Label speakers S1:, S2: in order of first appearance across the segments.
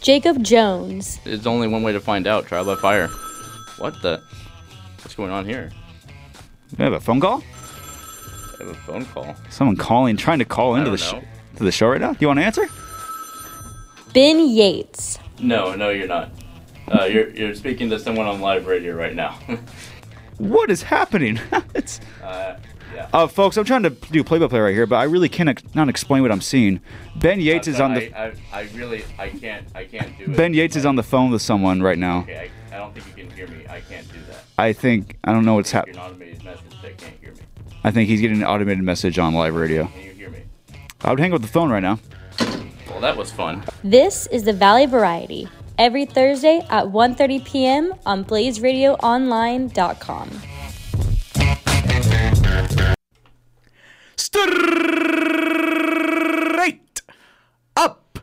S1: Jacob Jones.
S2: There's only one way to find out. Trial by fire. What the? What's going on here?
S3: We have a phone call?
S2: I have a phone call.
S3: Someone calling, trying to call into the
S2: don't
S3: show,
S2: know.
S3: to the show right now. Do you want to answer?
S1: Ben Yates.
S2: No, no, you're not. Uh, you're you're speaking to someone on live radio right now.
S3: What is happening? it's
S2: uh, yeah.
S3: uh, folks. I'm trying to do play-by-play right here, but I really cannot not explain what I'm seeing. Ben Yates is on the
S2: I, I, I really I can't I can't do it.
S3: Ben Yates is on the phone with someone right now.
S2: Okay, I, I don't think you can hear me. I can't do that.
S3: I think I don't know what's
S2: You're
S3: happening.
S2: an automated message that can't hear me.
S3: I think he's getting an automated message on live radio.
S2: Can you hear me?
S3: I would hang up the phone right now.
S2: Well, that was fun.
S1: This is the Valley Variety every Thursday at 1:30 p.m. on BlazeRadioOnline.com.
S4: Straight up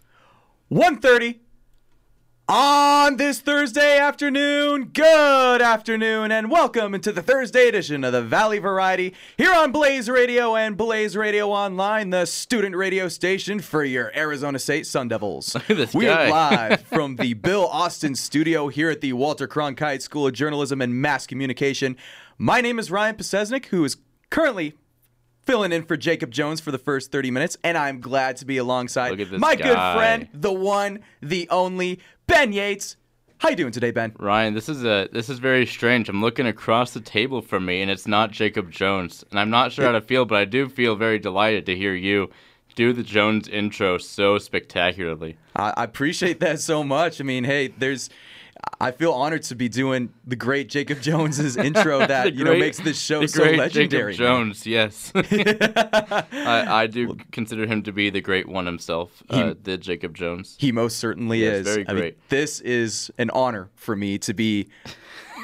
S4: 1.30 on this Thursday afternoon. Good afternoon and welcome into the Thursday edition of the Valley Variety here on Blaze Radio and Blaze Radio Online, the student radio station for your Arizona State Sun Devils.
S2: at this
S4: we are
S2: guy.
S4: live from the Bill Austin studio here at the Walter Cronkite School of Journalism and Mass Communication. My name is Ryan Pesesnik, who is currently filling in for Jacob Jones for the first 30 minutes, and I'm glad to be alongside
S2: Look at this
S4: my
S2: guy.
S4: good friend, the one, the only, Ben Yates. How you doing today, Ben?
S2: Ryan, this is a this is very strange. I'm looking across the table from me, and it's not Jacob Jones. And I'm not sure how to feel, but I do feel very delighted to hear you do the Jones intro so spectacularly.
S4: I, I appreciate that so much. I mean, hey, there's. I feel honored to be doing the great Jacob Jones's intro that Uh, you know
S2: great-
S4: makes this show
S2: the
S4: so
S2: great
S4: legendary.
S2: Jacob Jones, yes. I, I do consider him to be the great one himself, uh, the Jacob Jones.
S4: He most certainly
S2: Yes,
S4: is.
S2: very
S4: I mean,
S2: great.
S4: this is an honor for me to be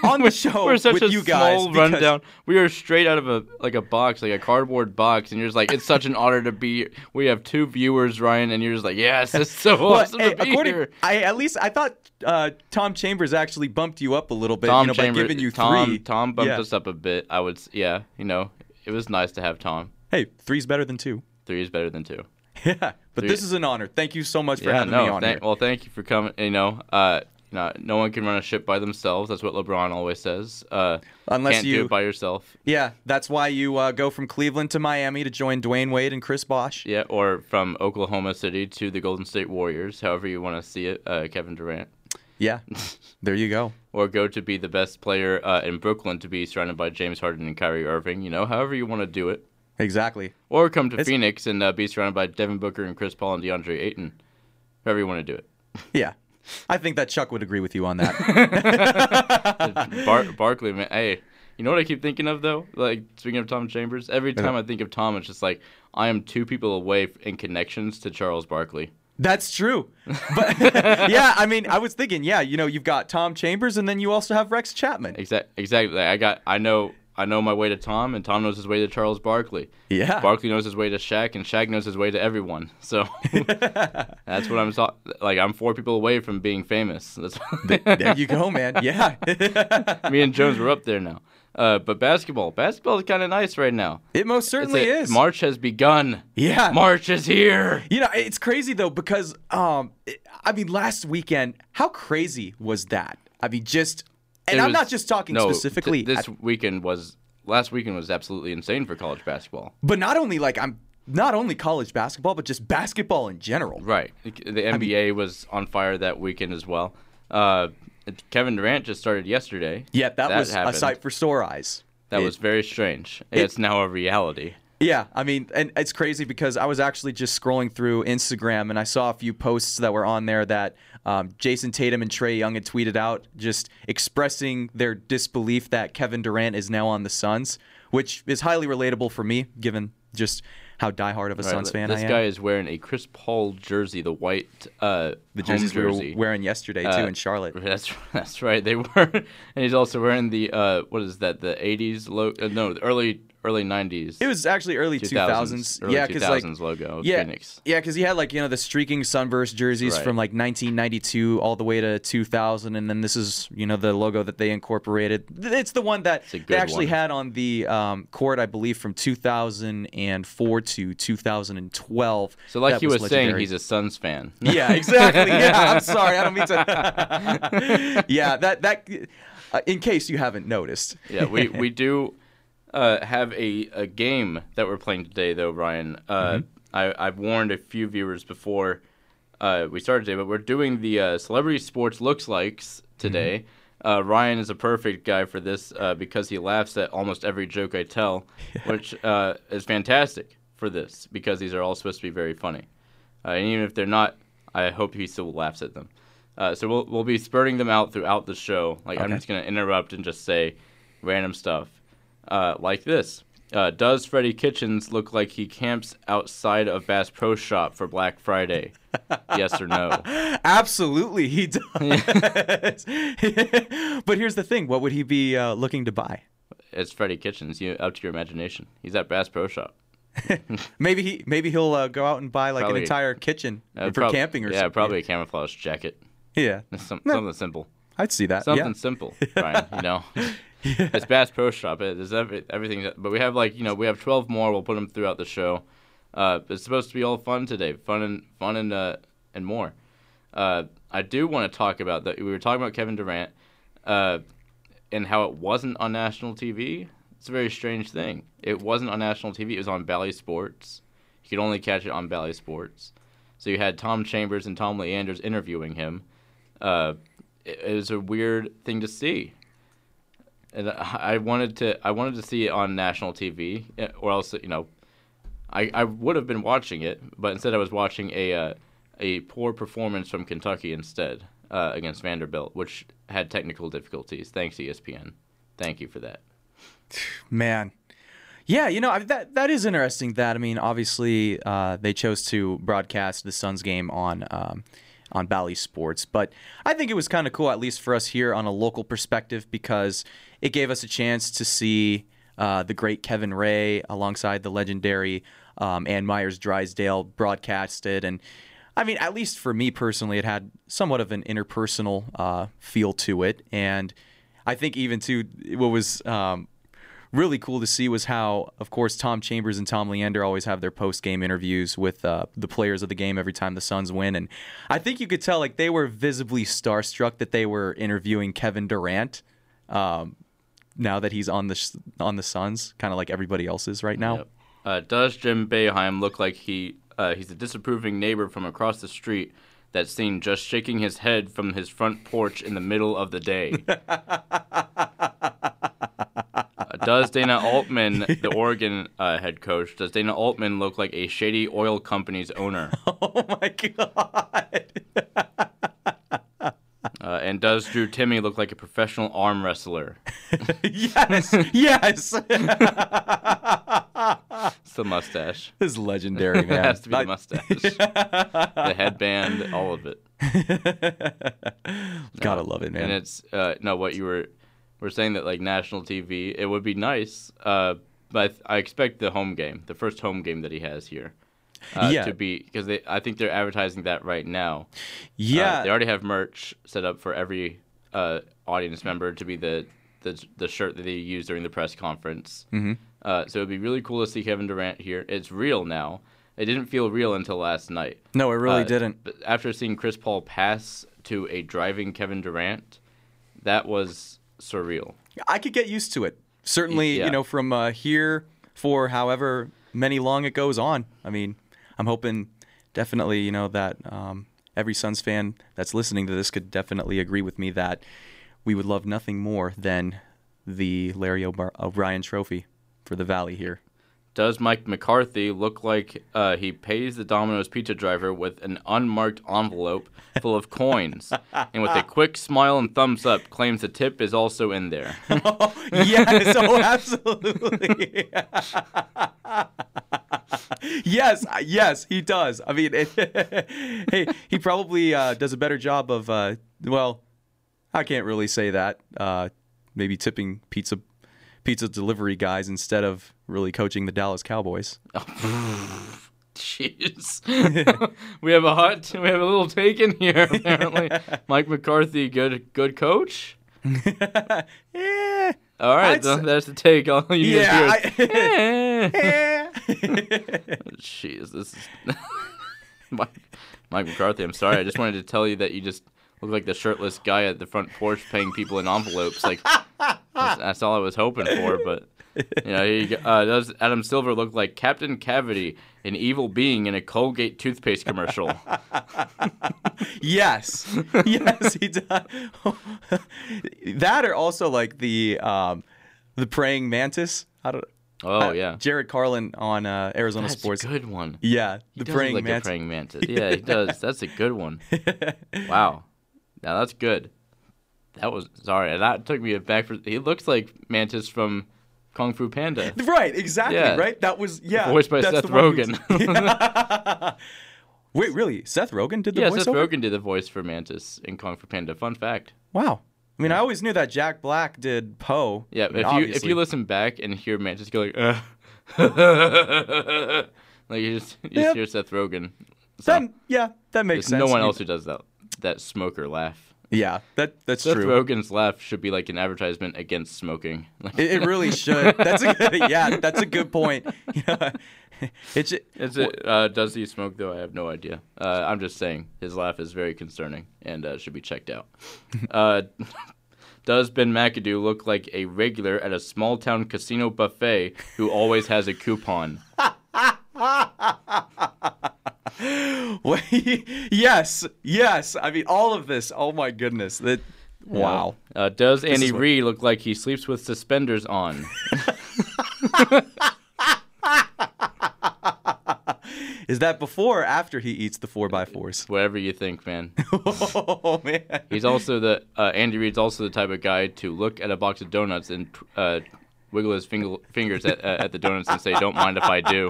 S4: on the show
S2: We're such
S4: Oh, with
S2: a
S4: you guys.
S2: small
S4: because-
S2: rundown. We are straight out of a like a box, like a cardboard box, and you're just like, it's such an honor to be. We have two viewers, Ryan, and you're just like, yes, it's so
S4: Well,
S2: awesome
S4: hey,
S2: to be
S4: according,
S2: here.
S4: I at least I thought uh, Tom Chambers actually bumped you up a little bit,
S2: Tom
S4: you know,
S2: Chambers,
S4: by giving you
S2: Tom,
S4: three.
S2: Tom bumped
S4: Yeah.
S2: us up a bit. I would, s- yeah, you know, it was nice to have Tom.
S4: Hey, three's better than two.
S2: Three is better than two.
S4: Yeah, but this is an honor. Thank you so much for having me on
S2: thank-
S4: here.
S2: Well, thank you for coming. You know, uh, no, no one can run a ship by themselves. That's what LeBron always says. Uh,
S4: Unless
S2: can't do
S4: you-
S2: it by yourself.
S4: Yeah, that's why you uh, go from Cleveland to Miami to join Dwayne Wade and Chris Bosh.
S2: Yeah, or from Oklahoma City to the Golden State Warriors, however you want to see it, uh, Kevin Durant.
S4: Yeah, there you go.
S2: Or go to be the best player uh, in Brooklyn to be surrounded by James Harden and Kyrie Irving. You know, however you want to do it.
S4: Exactly.
S2: Or come to Phoenix and uh, be surrounded by Devin Booker and Chris Paul and DeAndre Ayton. However you want to do it.
S4: Yeah, I think that Chuck would agree with you on that.
S2: Bar- Barkley, man. Hey, you know what I keep thinking of though? Like speaking of Tom Chambers, every time I think of Tom, it's just like I am two people away f- in connections to Charles Barkley.
S4: that's true. But yeah, I mean, I was thinking, yeah, you know, you've got Tom Chambers, and then you also have Rex Chapman.
S2: Exact, exactly. Like, I got, I know, I know my way to Tom, and Tom knows his way to Charles Barkley.
S4: Yeah.
S2: Barkley knows his way to Shaq, and Shaq knows his way to everyone. So that's what I'm talking. Like I'm four people away from being famous. That's
S4: there you go, man. Yeah,
S2: me and Jones were up there now. Uh, but basketball, basketball is kind of nice right now.
S4: it most
S2: It's
S4: certainly
S2: a-
S4: is.
S2: March has begun.
S4: Yeah.
S2: March is here.
S4: You know, it's crazy though because um, it- I mean, last weekend, how crazy was that? I mean, just, and
S2: It
S4: I'm
S2: was-
S4: not just talking
S2: no, th-
S4: specifically,
S2: this weekend was last weekend was absolutely insane for college basketball.
S4: but not only like I'm not only college basketball, but just basketball in general.
S2: Right. The NBA was on fire that weekend as well. Uh, it- Kevin Durant just started yesterday.
S4: Yeah, that, was
S2: happened.
S4: a sight for sore eyes.
S2: That
S4: It-
S2: was very strange. it's now a reality.
S4: Yeah, I mean, and it's crazy because I was actually just scrolling through Instagram and I saw a few posts that were on there that um, Jason Tatum and Trey Young had tweeted out, just expressing their disbelief that Kevin Durant is now on the Suns, which is highly relatable for me, given just how diehard of a Suns fan
S2: this
S4: I am.
S2: guy is wearing a Chris Paul jersey, the white uh,
S4: the
S2: home
S4: jerseys we
S2: jersey.
S4: were wearing yesterday
S2: Uh,
S4: too in Charlotte.
S2: That's that's right. They were, and he's also wearing the uh, what is that? The '80s logo? Uh, no, the early early 90s.
S4: It was actually early
S2: 2000s,
S4: 2000s.
S2: early
S4: yeah, because like
S2: 2000s logo of
S4: yeah,
S2: Phoenix.
S4: yeah, because he had like you know the streaking sunburst jerseys
S2: Right.
S4: from like 1992 all the way to 2000, and then this is you know the logo that they incorporated. Th- It's the one that
S2: a
S4: they
S2: good
S4: actually
S2: one.
S4: had on the um, court, I believe, from 2004 to 2012.
S2: So, like
S4: That
S2: he was, saying,
S4: legendary.
S2: he's a Suns fan.
S4: Yeah, exactly. Yeah, I'm sorry. I don't mean to. yeah, that that. Uh, in case you haven't noticed.
S2: yeah, we we do uh, have a, a game that we're playing today, though, Ryan. Uh, I, I've warned a few viewers before uh, we started today, but we're doing the uh, celebrity sports looks likes today. Uh, Ryan is a perfect guy for this uh, because he laughs at almost every joke I tell, which uh, is fantastic for this because these are all supposed to be very funny. Uh, and even if they're not, I hope he still laughs at them. Uh, so we'll we'll be spurting them out throughout the show. Like I'm just gonna interrupt and just say random stuff, uh, like this. Uh, does Freddie Kitchens look like he camps outside of Bass Pro Shop for Black Friday? yes or no?
S4: Absolutely, he does. but here's the thing: what would he be uh, looking to buy?
S2: It's Freddie Kitchens. You up to your imagination. He's at Bass Pro Shop.
S4: Maybe he maybe he'll uh, go out and buy like
S2: Probably-
S4: an entire kitchen
S2: Uh,
S4: for
S2: prob-
S4: camping or
S2: yeah,
S4: something.
S2: probably a camouflage jacket.
S4: Yeah,
S2: Some,
S4: No.
S2: Something simple.
S4: I'd see that.
S2: Something
S4: Yeah.
S2: simple, Ryan. You know, it's Bass Pro Shop. It- It's every, everything. that- But we have like you know we have twelve more. We'll put them throughout the show. Uh, it's supposed to be all fun today, fun and fun and uh, and more. Uh, I do want to talk about that. We were talking about Kevin Durant uh, and how it wasn't on national TV. It's a very strange thing. It wasn't on national TV. It was on Bally Sports. You could only catch it on Bally Sports. So you had Tom Chambers and Tom Leanders interviewing him uh, it, it was a weird thing to see. And I I wanted to, I wanted to see it on national TV, eh, or else, you know, I, I would have been watching it, but instead I was watching a uh, a poor performance from Kentucky instead uh, against Vanderbilt, which had technical difficulties. Thanks E ESPN, thank you for that.
S4: Man. Yeah, you know I, that that is interesting. That I mean, obviously uh, they chose to broadcast the Suns game on um, on Bally Sports, but I think it was kind of cool, at least for us here on a local perspective, because it gave us a chance to see uh, the great Kevin Ray alongside the legendary um, Ann Myers Drysdale broadcasted, and I mean, at least for me personally, it had somewhat of an interpersonal uh, feel to it, and I think even too what was. Um, really cool to see was how, of course, Tom Chambers and Tom Leander always have their post game interviews with uh, the players of the game every time the Suns win, and I think you could tell like they were visibly starstruck that they were interviewing Kevin Durant. Um, now that he's on the sh- on the Suns, kind of like everybody else is right now.
S2: Yep. Uh, does Jim Beheim look like he uh, he's a disapproving neighbor from across the street that's seen just shaking his head from his front porch in the middle of the day? Uh, does Dana Altman, the Oregon uh, head coach, does Dana Altman look like a shady oil company's owner?
S4: Oh my god!
S2: Uh, and does Drew Timmy look like a professional arm wrestler?
S4: yes, yes.
S2: It's the mustache.
S4: this is legendary, man.
S2: It has to be
S4: I-
S2: the mustache, the headband, all of it.
S4: gotta love it, man.
S2: and it's uh, no what you were were saying that like national TV it would be nice uh, but I expect the home game the first home game that he has here uh,
S4: Yeah.
S2: to be because they I think they're advertising that right now Uh,
S4: yeah,
S2: they already have merch set up for every uh, audience member to be the the, the shirt that they used during the press conference mm-hmm. uh, so it'd be really cool to see Kevin Durant here it's real now it didn't feel real until last night
S4: no, it really
S2: uh,
S4: didn't.
S2: But after seeing Chris Paul pass to a driving Kevin Durant, that was surreal.
S4: I could get used to it. Certainly,
S2: Yeah.
S4: you know, from uh, here for however many long it goes on. I mean, I'm hoping definitely, you know, that um, every Suns fan that's listening to this could definitely agree with me that we would love nothing more than the Larry O'Bar- O'Brien Trophy for the Valley here.
S2: Does Mike McCarthy look like uh, he pays the Domino's pizza driver with an unmarked envelope full of coins, and with a quick smile and thumbs up, claims the tip is also in there?
S4: yes, oh, absolutely. yes, I- yes, he does. I mean, it, hey, he probably uh, does a better job of, uh, well, I can't really say that. Uh, maybe tipping pizza pizza delivery guys instead of really coaching the Dallas Cowboys.
S2: Jeez. we have a hot we have a little taken here apparently. Mike McCarthy good good coach?
S4: Yeah.
S2: All right,
S4: I'd
S2: though,
S4: say-
S2: that's the take. All you
S4: Yeah,
S2: just hear. is, "Eh."
S4: yeah.
S2: Jeez, this is Mike, Mike McCarthy. I'm sorry. I just wanted to tell you that you just look like the shirtless guy at the front porch paying people in envelopes. Like that's, that's all I was hoping for. But you know, he, uh, does Adam Silver look like Captain Cavity, an evil being in a Colgate toothpaste commercial?
S4: Yes. Yes, he does. that or also like the um, the praying mantis. I don't
S2: Oh yeah,
S4: Jared Carlin on uh, Arizona
S2: that's
S4: Sports.
S2: a good one.
S4: Yeah,
S2: He
S4: the
S2: does look
S4: praying
S2: like
S4: mantis.
S2: a praying mantis. Yeah, he does. That's a good one. Wow. Now that's good. That was sorry. That took me back. For he looks like Mantis from Kung Fu Panda,
S4: Right, exactly,
S2: Yeah.
S4: right? That was yeah.
S2: voiced by
S4: that's
S2: Seth
S4: the one who's-
S2: Rogen.
S4: Wait, really? Seth Rogen did the
S2: yeah,
S4: voiceover?
S2: Seth Rogen did the voice for Mantis in Kung Fu Panda. Fun fact.
S4: Wow. I mean, I always knew that Jack Black did Poe.
S2: Yeah,
S4: I
S2: if
S4: mean,
S2: you if
S4: obviously.
S2: you listen back and hear Mantis go like, uh, like you just you
S4: Yeah.
S2: just hear Seth Rogen. So,
S4: then yeah, that makes
S2: there's
S4: sense.
S2: no one
S4: You-
S2: else who does that that smoker laugh.
S4: Yeah, that that's
S2: Seth
S4: true.
S2: Rogen's laugh should be like an advertisement against smoking. Like,
S4: It, it really should. That's a good, yeah. That's a good point. Yeah. It should,
S2: Is it, uh, does he smoke though? I have no idea. Uh, I'm just saying his laugh is very concerning and uh, should be checked out. uh, does Ben McAdoo look like a regular at a small town casino buffet who always has a coupon?
S4: Wait, yes, yes. I mean, all of this. Oh my goodness. That wow.
S2: Uh, does Andy
S4: is what-
S2: Reid look like he sleeps with suspenders on?
S4: Is that before or after he eats the four by fours?
S2: Whatever you think, man.
S4: oh man.
S2: He's also the uh, Andy Reid's also the type of guy to look at a box of donuts and uh, wiggle his finger, fingers at, uh, at the donuts and say, "Don't mind if I do."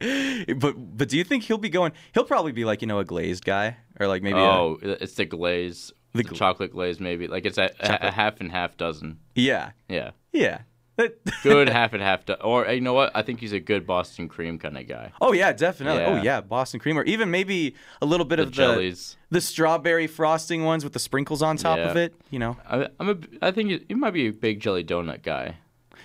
S4: But but do you think he'll be going? He'll probably be like you know a glazed guy or like maybe a,
S2: Oh, it's the glaze,
S4: The
S2: the,
S4: gla-
S2: chocolate glaze, maybe. Like it's a, a, a half and half dozen.
S4: yeah
S2: Yeah,
S4: yeah. That-
S2: good half and half. Do- or uh, you know what? I think he's a good Boston cream kind of guy.
S4: oh yeah, definitely. Oh
S2: Yeah.
S4: yeah, Boston cream or even maybe a little bit of the
S2: jellies.
S4: the strawberry frosting ones with the sprinkles on top
S2: Yeah.
S4: of it. You know.
S2: I, I'm a. b- I think you, you might be a big jelly donut guy.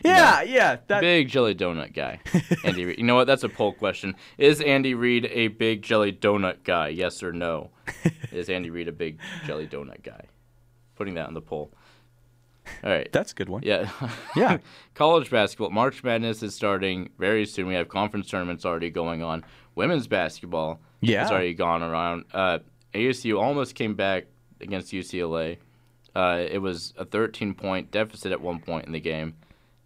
S4: Yeah yeah. That
S2: Big jelly donut guy. Andy, Reid. you know what? That's a poll question. Is Andy Reid a big jelly donut guy? Yes or no? Is Andy Reid a big jelly donut guy? Putting that on the poll. All right.
S4: that's a good one.
S2: Yeah.
S4: Yeah.
S2: College basketball. March Madness is starting very soon. We have conference tournaments already going on. Women's basketball
S4: Yeah.
S2: has already gone around. Uh, ASU almost came back against UCLA. Uh, it was a 13 point deficit at one point in the game.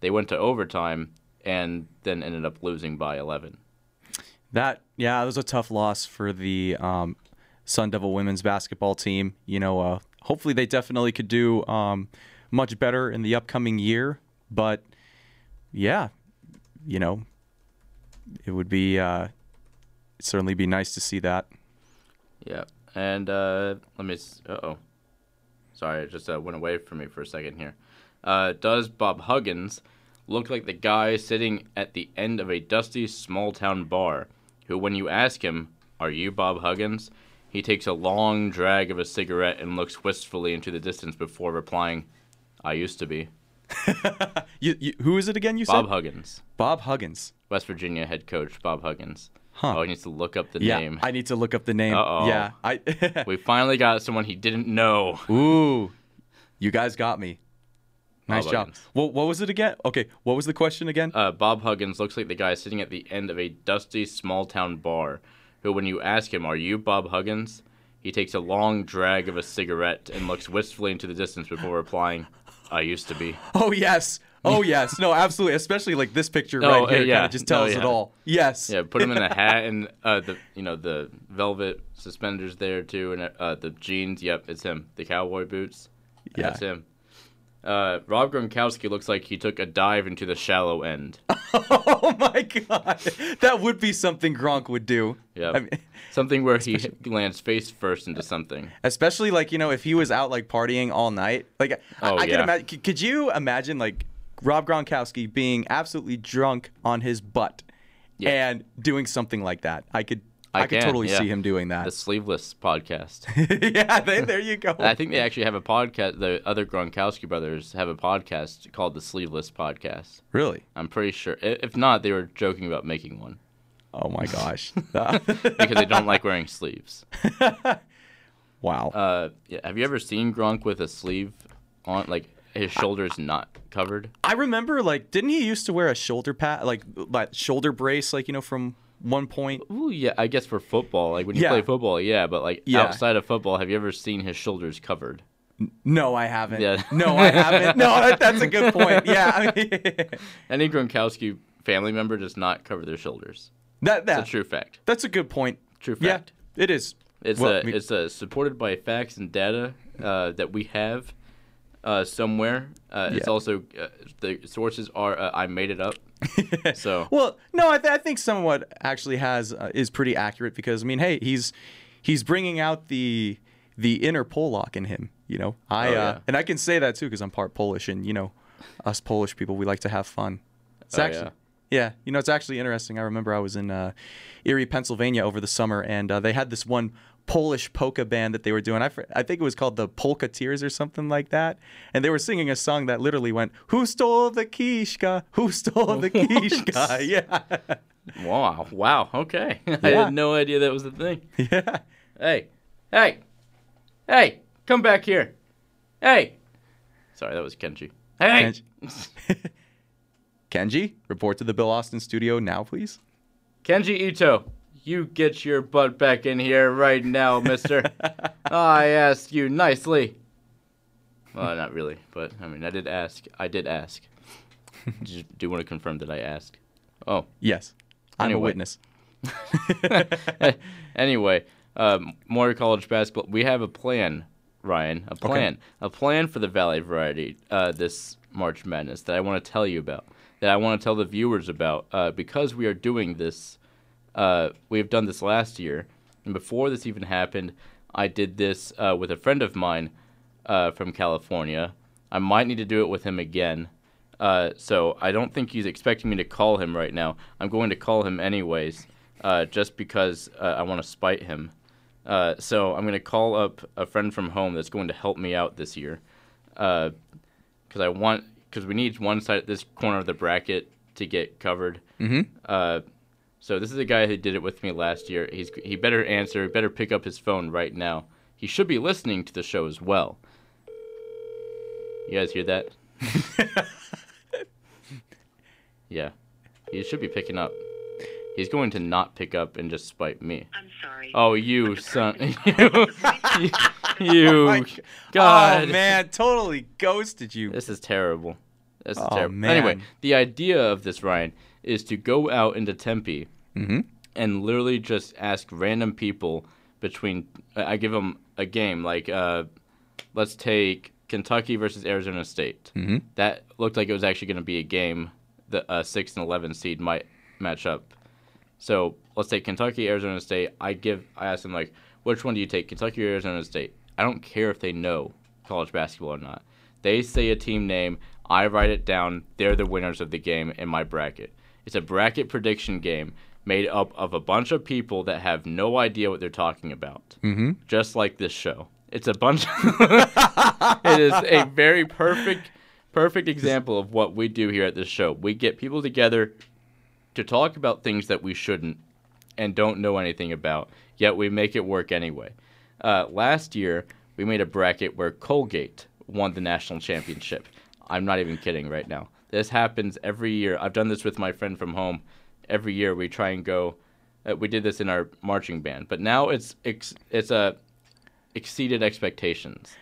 S2: They went to overtime and then ended up losing by 11.
S4: That yeah, it was a tough loss for the um, Sun Devil women's basketball team. You know, uh, hopefully they definitely could do um, much better in the upcoming year. But yeah, you know, it would be uh, it'd certainly be nice to see that.
S2: Yeah. And uh, let me. Uh oh. Sorry, it just uh, went away from me for a second here. Uh, does Bob Huggins look like the guy sitting at the end of a dusty small town bar who, when you ask him, Are you Bob Huggins? he takes a long drag of a cigarette and looks wistfully into the distance before replying, I used to be.
S4: You, you, who is it again? You
S2: Bob
S4: said
S2: Huggins,
S4: Bob Huggins.
S2: West Virginia head coach Bob Huggins.
S4: Huh.
S2: Oh, he needs to look up the
S4: Yeah,
S2: name.
S4: I need to look up the name.
S2: Uh-oh.
S4: Yeah, I.
S2: we finally got someone he didn't know.
S4: Ooh, you guys got me.
S2: Bob
S4: Nice job.
S2: Huggins.
S4: What, what was it again? Okay, what was the question again?
S2: uh, Bob Huggins looks like the guy sitting at the end of a dusty small town bar, who, when you ask him, Are you Bob Huggins? he takes a long drag of a cigarette and looks wistfully into the distance before replying, I used to be.
S4: Oh yes. Oh yes. No, absolutely. Especially like this picture
S2: Oh,
S4: right
S2: uh,
S4: here kind
S2: yeah.
S4: of just
S2: No,
S4: tells it
S2: yeah.
S4: all. Yes.
S2: Yeah, put him in the hat and uh, the you know the velvet suspenders there too, and uh, the jeans. Yep, it's him. The cowboy boots.
S4: Yeah.
S2: That's him. Uh, Rob Gronkowski looks like he took a dive into the shallow end.
S4: Oh my god. That would be something Gronk would do.
S2: Yeah,
S4: I mean,
S2: something where he lands face first into something.
S4: especially like, you know, if he was out like partying all night. Like I,
S2: Oh,
S4: I could
S2: yeah.
S4: imagine could you imagine like Rob Gronkowski being absolutely drunk on his butt
S2: Yeah.
S4: and doing something like that. I could I,
S2: I
S4: could
S2: can,
S4: totally
S2: yeah.
S4: see him doing that.
S2: The Sleeveless podcast.
S4: yeah, they, there you go.
S2: I think they actually have a podcast. The other Gronkowski brothers have a podcast called the Sleeveless Podcast.
S4: really?
S2: I'm pretty sure. I- If not, they were joking about making one
S4: Oh my gosh.
S2: because they don't like wearing sleeves.
S4: wow.
S2: Uh, yeah. Have you ever seen Gronk with a sleeve on, like his shoulders not covered?
S4: I remember like didn't he used to wear a shoulder pad like that shoulder brace like you know from one point
S2: Ooh, yeah. I guess for football, like when you
S4: Yeah.
S2: play football, yeah. But like
S4: Yeah.
S2: outside of football, have you ever seen his shoulders covered?
S4: No, I haven't.
S2: Yeah.
S4: No, I haven't. No, that, that's a good point. Yeah. I mean,
S2: Any Gronkowski family member does not cover their shoulders.
S4: that, that,
S2: It's a true fact.
S4: That's a good point.
S2: True fact.
S4: Yeah, it is.
S2: It's
S4: Well,
S2: a,
S4: we-
S2: it's a supported by facts and data uh, that we have uh, somewhere. Uh, It's
S4: Yeah.
S2: also uh, the sources are uh, I made it up. so
S4: Well, no, I, th- I think somewhat actually has uh, is pretty accurate because I mean, hey, he's he's bringing out the the inner Polak in him. You know, I
S2: Oh,
S4: uh,
S2: yeah.
S4: and I can say that too because I'm part Polish, and you know, us Polish people we like to have fun. It's
S2: Oh,
S4: actually. Yeah, you know it's actually interesting. I remember I was in uh, Erie, Pennsylvania over the summer, and uh, they had this one Polish polka band that they were doing. I, fr- I think it was called the Polka Tears or something like that. And they were singing a song that literally went, "Who stole the kishka? Who stole the kishka?" Yeah,
S2: wow, wow, okay. I
S4: Yeah.
S2: had no idea that was a thing. Yeah. Hey, hey, hey, come back here. Hey. Sorry, that was Kenji. Hey.
S4: Kenji. Kenji, report to the Bill Austin studio now, please.
S2: Kenji Ito, you get your butt back in here right now, mister. I asked Ah, you nicely. Well, not really, but I mean, I did ask. I did ask. Just do want to confirm that I asked. Oh,
S4: Yes, I'm a
S2: Anyway.
S4: witness.
S2: Eh, anyway, um, more college basketball. We have a plan, Ryan. A plan. A plan for the Valley Variety uh, this March Madness that I want to tell you about. That I want to tell the viewers about uh, because we are doing this. Uh, we have done this last year, and before this even happened, I did this uh, with a friend of mine uh, from California. I might need to do it with him again. Uh, so I don't think he's expecting me to call him right now. I'm going to call him anyways, uh, just because uh, I want to spite him. Uh, so I'm going to call up a friend from home that's going to help me out this year, because I want because we need one side this corner of the bracket to get covered. Mm-hmm. Uh, so this is a guy who did it with me last year. He's he better answer, better pick up his phone right now. He should be listening to the show as well. You guys hear that? yeah. He should be picking up. He's going to not pick up and just spite me.
S5: I'm sorry.
S2: Oh, you son. you. you
S4: my g-
S2: Oh God.
S4: Oh man, totally ghosted you.
S2: This is terrible. This is
S4: Oh,
S2: terrible.
S4: man.
S2: Anyway, the idea of this, Ryan, is to go out into Tempe
S4: Mm-hmm.
S2: and literally just ask random people between. I I give them a game, like, uh, let's take Kentucky versus Arizona State. Mm-hmm. That looked like it was actually going to be a game. The uh, 6 and 11 seed might match up. So let's take Kentucky, Arizona State. I give, I ask them like, which one do you take, Kentucky or Arizona State? I don't care if they know college basketball or not. They say a team name, I write it down. They're the winners of the game in my bracket. It's a bracket prediction game made up of a bunch of people that have no idea what they're talking about. Mm-hmm. Just like this show. It's a bunch. it is a very perfect, perfect example of what we do here at this show. We get people together to talk about things that we shouldn't and don't know anything about, yet we make it work anyway. Uh, last year, we made a bracket where Colgate won the national championship. I'm not even kidding right now. This happens every year. I've done this with my friend from home. Every year, we try and go. Uh, we did this in our marching band, but now it's ex- it's uh, exceeded expectations.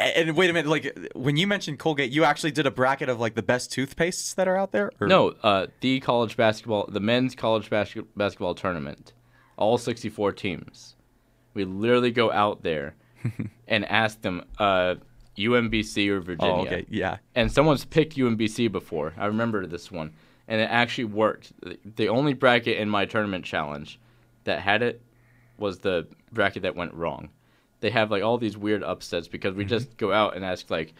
S4: A- And wait a minute, like when you mentioned Colgate, you actually did a bracket of like the best toothpastes that are out there. Or-
S2: No, uh, the college basketball, the men's college bas- basketball tournament, all 64 teams. We literally go out there and ask them uh, UMBC or Virginia.
S4: Oh, okay. Yeah.
S2: And someone's picked UMBC before. I remember this one. And it actually worked. The- The only bracket in my tournament challenge that had it was the
S4: Mm-hmm.
S2: bracket that went wrong. They have like all these weird upsets because we just go out and ask like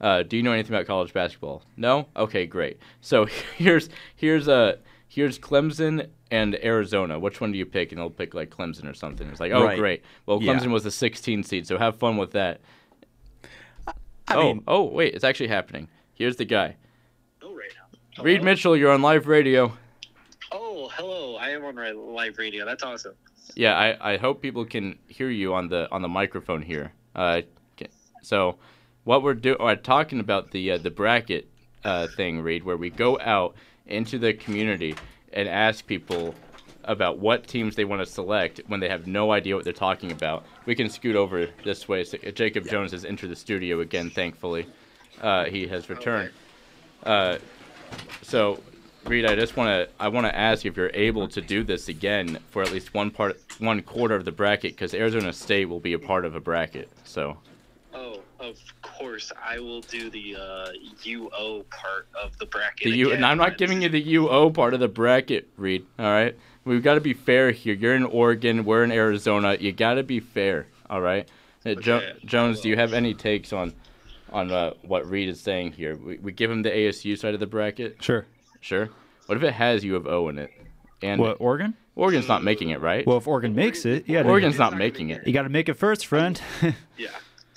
S2: uh, "Do you know anything about college basketball?" No. Okay, great. So here's here's uh, here's Clemson and Arizona. Which one do you pick? And they'll pick like Clemson or something. It's like, oh,
S4: Right.
S2: great. Well,
S4: Yeah.
S2: Clemson was the 16 seed, so have fun with that.
S4: I
S2: oh,
S4: mean,
S2: oh, wait, it's actually happening. Here's the guy,
S5: Oh, right now.
S2: Reed
S5: Hello?
S2: Mitchell. You're on live radio.
S5: Oh, hello. I am on ri- live radio. That's awesome.
S2: Yeah, I, I hope people can hear you on the on the microphone here. Uh, ca- so, what we're doing, uh, talking about the uh, the bracket uh, thing, Reed, where we go out into the community and ask people about what teams they want to select when they have no idea what they're talking about. We can scoot over this way. So, uh, Jacob Jones has entered the studio again, thankfully. Uh, he has returned. Uh, So, Reed, I just want to I want to ask if you're able to do this again for at least one part, one quarter of the bracket, because Arizona State will be a part of a bracket. So,
S5: Oh, of course. I will do the uh, UO part of the bracket.
S2: the U
S5: again.
S2: and I'm not giving you the UO part of the bracket, Reed. All right, we've got to be fair here. You're in Oregon, we're in Arizona. You got to be fair. All right, Uh, jo-
S5: Okay.
S2: Jones, do you have any takes on on uh, what Reed is saying here? We, we give him the ASU side of the bracket.
S6: Sure.
S2: Sure. What if it has U of O in it? And
S6: What Oregon?
S2: Oregon's not making it, right?
S6: Well, if Oregon makes it, yeah. they-
S2: Oregon's
S5: It's
S2: not
S5: not
S2: making
S5: gonna
S2: it.
S6: You got to make it first, friend.
S5: Yeah.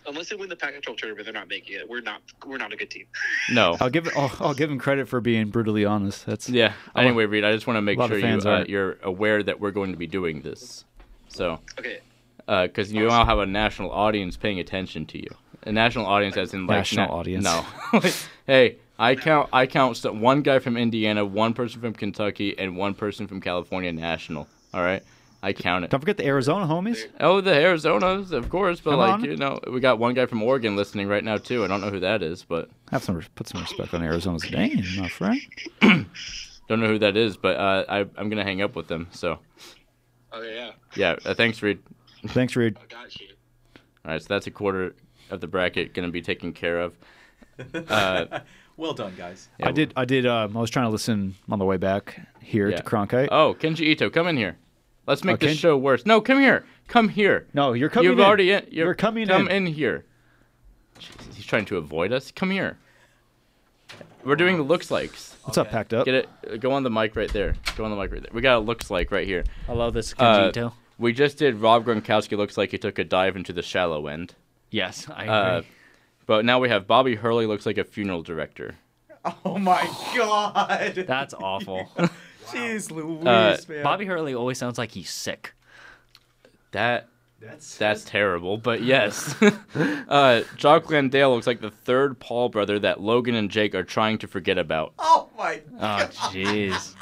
S5: Unless they win the Pac-12 tournament, they're not making it. We're not. We're not a good team.
S2: No.
S6: I'll give I'll, I'll give him credit for being brutally honest. That's
S2: Yeah. Anyway, Reed, I just want to make
S6: lot of
S2: sure you,
S6: fans
S2: uh,
S6: aren't.
S2: you're aware that we're going to be doing this. So,
S5: Okay.
S2: because Uh, you now have a national audience paying attention to you. A national audience, as in like
S6: National audience.
S2: No. hey, I count. I count so- one guy from Indiana, one person from Kentucky, and one person from California national. All right, I count it.
S6: Don't forget the Arizona homies.
S2: Oh, the Arizonas, of course, but
S6: Come
S2: like
S6: on.
S2: you know, we got one guy from Oregon listening right now too. I don't know who that is, but
S6: Have some res- put some respect on Arizona's name, my friend.
S2: don't know who that is. But uh, I, I'm gonna hang up with them. So
S5: Okay. Yeah.
S2: yeah, uh, thanks, Reed.
S6: Thanks, Reed.
S5: I got you.
S2: All right, so that's a quarter of the bracket going to be taken care of. Oh.
S4: well done, guys.
S6: I did. I did. Um, I was trying to listen on the way back here
S2: Yeah.
S6: to Cronkite.
S2: Oh, Kenji Ito, come in here. Let's make
S6: Oh,
S2: this
S6: Ken-
S2: show worse. No, come here. Come here.
S6: no, you're coming.
S2: You've
S6: in.
S2: already in,
S6: You're, coming
S2: come
S6: in.
S2: in. here. Jesus, he's trying to avoid us. Come here. We're doing the looks likes.
S6: What's up,
S4: Okay.
S6: packed up?
S2: Get it. uh, Go on the mic right there. Go on the mic right there. We got a looks like right here.
S7: I love this
S2: Uh,
S7: Conjito.
S2: we just did Rob Gronkowski looks like he took a dive into the shallow end.
S7: yes, I agree.
S2: Uh, but now we have Bobby Hurley looks like a funeral director.
S4: Oh my God.
S7: That's awful.
S4: Jeez Louise,
S2: Uh,
S4: man.
S7: Bobby Hurley always sounds like he's sick.
S2: That that's terrible, but yes. uh, Jock Landale looks like the third Paul brother that Logan and Jake are trying to forget about.
S4: Oh my.
S7: Oh, jeez.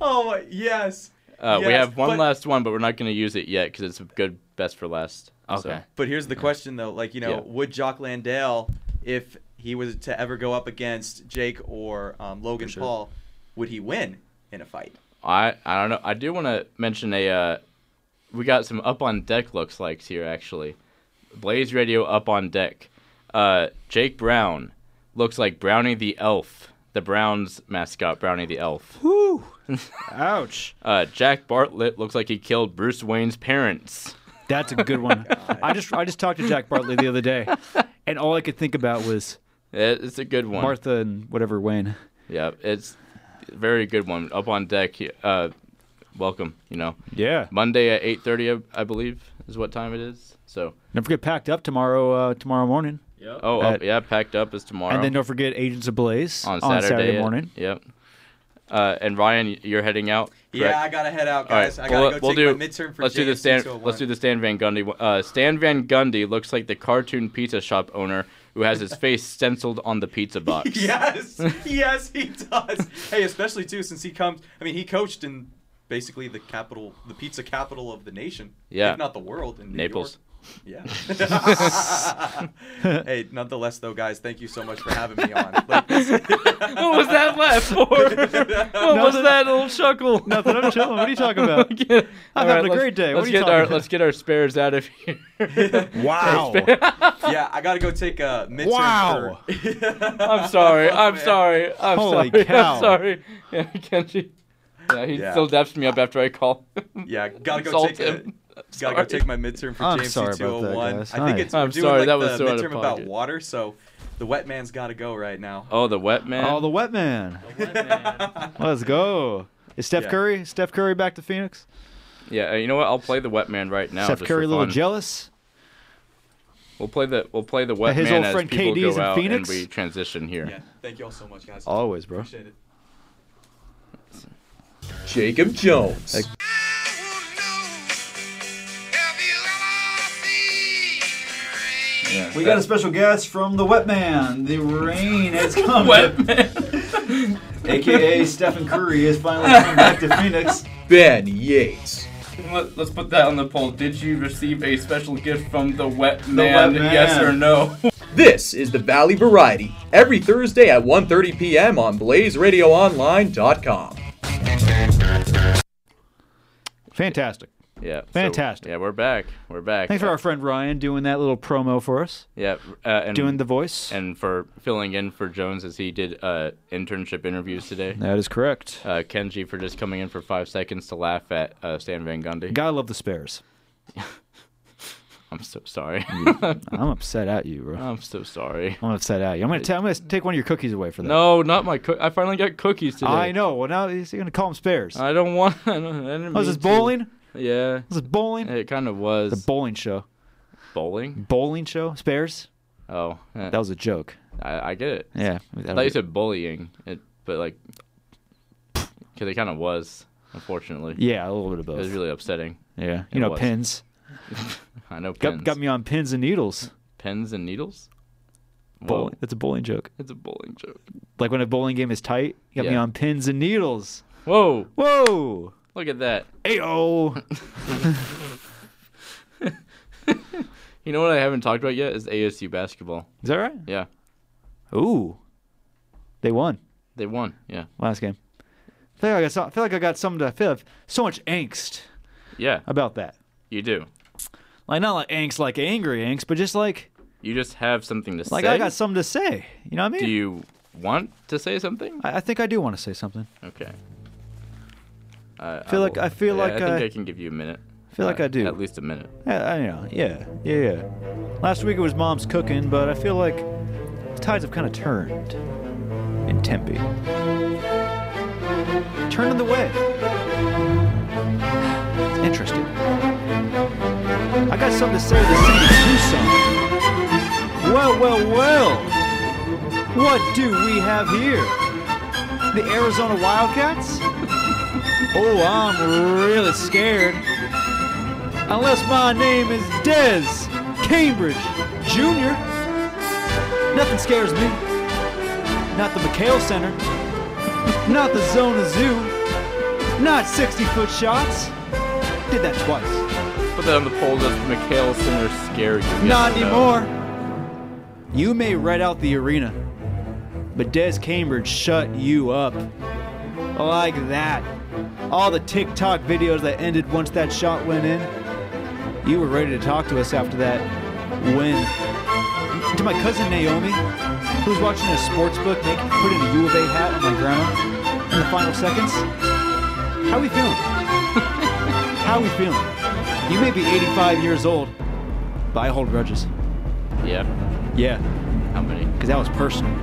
S4: Oh my. Yes.
S2: Uh, we
S4: Yes,
S2: have one
S4: but-
S2: last one, but we're not going to use it yet because it's a good best for last.
S7: Okay.
S2: So,
S4: But here's the question though, like you know,
S2: Yeah.
S4: would Jock Landale, if he was to ever go up against Jake or um, Logan Paul, would he win in a fight?
S2: I I don't know. I do want to mention a. Uh, we got some up on deck looks likes here actually. Blaze Radio up on deck. Uh, Jake Brown looks like Brownie the Elf, the Browns mascot, Brownie the Elf.
S6: Ouch.
S2: Uh, Jack Bartlett looks like he killed Bruce Wayne's parents.
S6: That's a good one. I just I just talked to Jack Bartley the other day, and all I could think about was
S2: It- It's a good one.
S6: Martha and whatever Wayne.
S2: Yeah, it's a very good one. Up on deck. Uh, welcome. You know,
S6: Yeah.
S2: Monday at eight thirty, I, I believe, is what time it is. So,
S6: Don't forget packed up tomorrow uh, tomorrow morning,
S2: oh,
S6: Uh,
S2: up, yeah, packed up is tomorrow.
S6: and then don't forget Agents of Blaze
S2: on Saturday, at-
S6: morning.
S2: Yep. Uh, and Ryan, you're heading out. correct?
S4: Yeah, I gotta head out,
S2: All right,
S4: guys. I gotta
S2: we'll,
S4: go
S2: we'll
S4: take
S2: do.
S4: my midterm for
S2: let's do the Stan. Let's do the Stan Van Gundy. one. Uh, Stan Van Gundy looks like the cartoon pizza shop owner who has his face stenciled on the pizza box.
S4: Yes, yes, he does. Hey, especially too since he comes. I mean, he coached in basically the capital, the pizza capital of the nation.
S2: Yeah.
S4: if not the world. In New
S2: Naples.
S4: York. Yeah. hey, nonetheless, though, guys, thank you so much for having me on. Like, this-
S2: what was that laugh for? What was that little chuckle?
S6: Nothing. I'm chilling. What are you talking about?
S2: I'm
S6: having a great day. What are
S2: Let's
S6: you
S2: get
S6: talking
S2: our
S6: about?
S2: let's get our spares out of here.
S6: Wow.
S4: yeah, I gotta go take a midterm.
S6: Wow.
S4: for-
S2: I'm sorry. I'm
S4: man.
S2: sorry. I'm
S6: Holy
S2: sorry.
S6: cow.
S2: I'm sorry. Yeah, Kenji. Yeah, he
S4: Yeah.
S2: still daps me up after I call.
S4: yeah, gotta go
S2: Insult
S4: take a,
S2: him.
S8: Gotta go take my midterm for
S5: I'm
S8: JMC
S5: sorry about that,
S8: 201.
S5: guys.
S8: I think
S5: Hi.
S8: it's we're
S2: I'm
S8: doing
S2: sorry,
S8: like
S2: that was
S8: the
S2: so out of
S8: midterm about
S2: pocket.
S8: water, so the wet man's gotta go right now.
S2: Oh, the wet man.
S3: Oh, the wet man. Let's go. Is Steph
S8: Yeah.
S3: Curry? Steph Curry back to Phoenix?
S2: yeah, uh, you know what? I'll play the wet man right now.
S3: Steph
S2: just
S3: Curry
S2: for
S3: a little
S2: fun.
S3: jealous?
S2: We'll play the we'll play the wet
S3: his
S2: man
S3: old
S2: as
S3: friend
S2: people
S3: KD
S2: go
S3: is in
S2: out
S3: Phoenix?
S2: and we transition here.
S8: Yeah, thank you all so much, guys.
S3: Always, bro.
S8: Appreciate it.
S4: Jacob Jones.
S5: We got a special guest from the Wet Man. The rain has come.
S2: Wet man.
S5: AKA Stephen Curry is finally coming back to Phoenix.
S4: Ben Yates.
S2: Let, us put that on the poll. Did you receive a special gift from the wet
S5: man? wet man. Yes or
S2: no?
S4: This is the Valley Variety every Thursday at 1:30 p.m. on BlazeRadioOnline.com.
S3: Fantastic.
S2: Yeah. so-
S3: Fantastic.
S2: yeah, we're back. We're back. Uh,
S3: Thanks for our friend Ryan doing that little promo for us,
S2: yeah, uh, and,
S3: doing the voice.
S2: and for filling in for Jones as he did uh, internship interviews today.
S3: that is correct.
S2: Uh, Kenji for just coming in for five seconds to laugh at uh, Stan Van Gundy.
S3: Gotta love the spares.
S2: I'm so sorry.
S3: I'm upset at you, bro.
S2: I'm so sorry.
S3: I'm upset at you. I'm gonna tell. I'm gonna take one of your cookies away for that.
S2: Uh, No, not my cook. I finally got cookies today. Uh,
S3: I know. Well, now he's gonna call them spares.
S2: I don't want. I, don't, I didn't. mean
S3: was Oh, this bowling?
S2: To. Yeah,
S3: Was this bowling?
S2: it kind of was.
S3: The bowling show.
S2: bowling?
S3: Bowling show. Spares.
S2: Oh, eh,
S3: That was a joke.
S2: I, I get it.
S3: Yeah.
S2: I thought you said bullying, it, but like, because it kind of was, unfortunately.
S3: yeah, a little bit of
S2: It
S3: both.
S2: was really upsetting.
S3: yeah.
S2: it
S3: You know,
S2: was.
S3: pins.
S2: I know pins.
S3: Got, got me on pins and needles.
S2: Pins and needles? Whoa,
S3: Bowling. That's a bowling joke.
S2: It's a bowling joke.
S3: Like when a bowling game is tight, you got me
S2: Yeah.
S3: on pins and needles.
S2: Whoa,
S3: Whoa.
S2: look at that.
S3: Ayo.
S2: You know what I haven't talked about yet is ASU basketball.
S3: Is that right?
S2: Yeah,
S3: Ooh. They won
S2: they won. Yeah.
S3: last game. I feel like I got, some, I feel like I got something to I feel. So much angst
S2: Yeah,
S3: about that.
S2: you do.
S3: Like not like angst, like angry angst, but just like
S2: You just have something to
S3: like
S2: say.
S3: I got something to say. You know what I mean?
S2: do you want to say something?
S3: I, I think I do want to say something.
S2: Okay.
S3: I feel like I feel
S2: Yeah,
S3: like
S2: I
S3: I,
S2: think I can give you a minute.
S3: feel like I do.
S2: Uh, At least a minute.
S3: I, I- you know, yeah, yeah, yeah. Last week it was mom's cooking, but I feel like the tides have kind of turned in Tempe. Turned in the way. It's interesting. I got something to say to the city of Tucson. Well, well, well. What do we have here? The Arizona Wildcats? Oh, I'm really scared unless my name is Des Cambridge Jr. Nothing scares me. Not the McHale Center. Not the Zona Zoo. Not 60 foot shots. Did that twice.
S2: Put that on the poll. Does Mikhail Center scare you? Yes
S3: Not
S2: or no?
S3: anymore. You may rent out the arena, but Des Cambridge shut you up. Like that. All the TikTok videos that ended once that shot went in. You were ready to talk to us after that win. To my cousin Naomi, who's watching a sports book make put in a U of A hat on my grandma in the final seconds. How we feeling? How we feeling? You may be 85 years old, but I hold grudges.
S2: Yeah.
S3: Yeah,
S2: How many?
S3: because that was personal.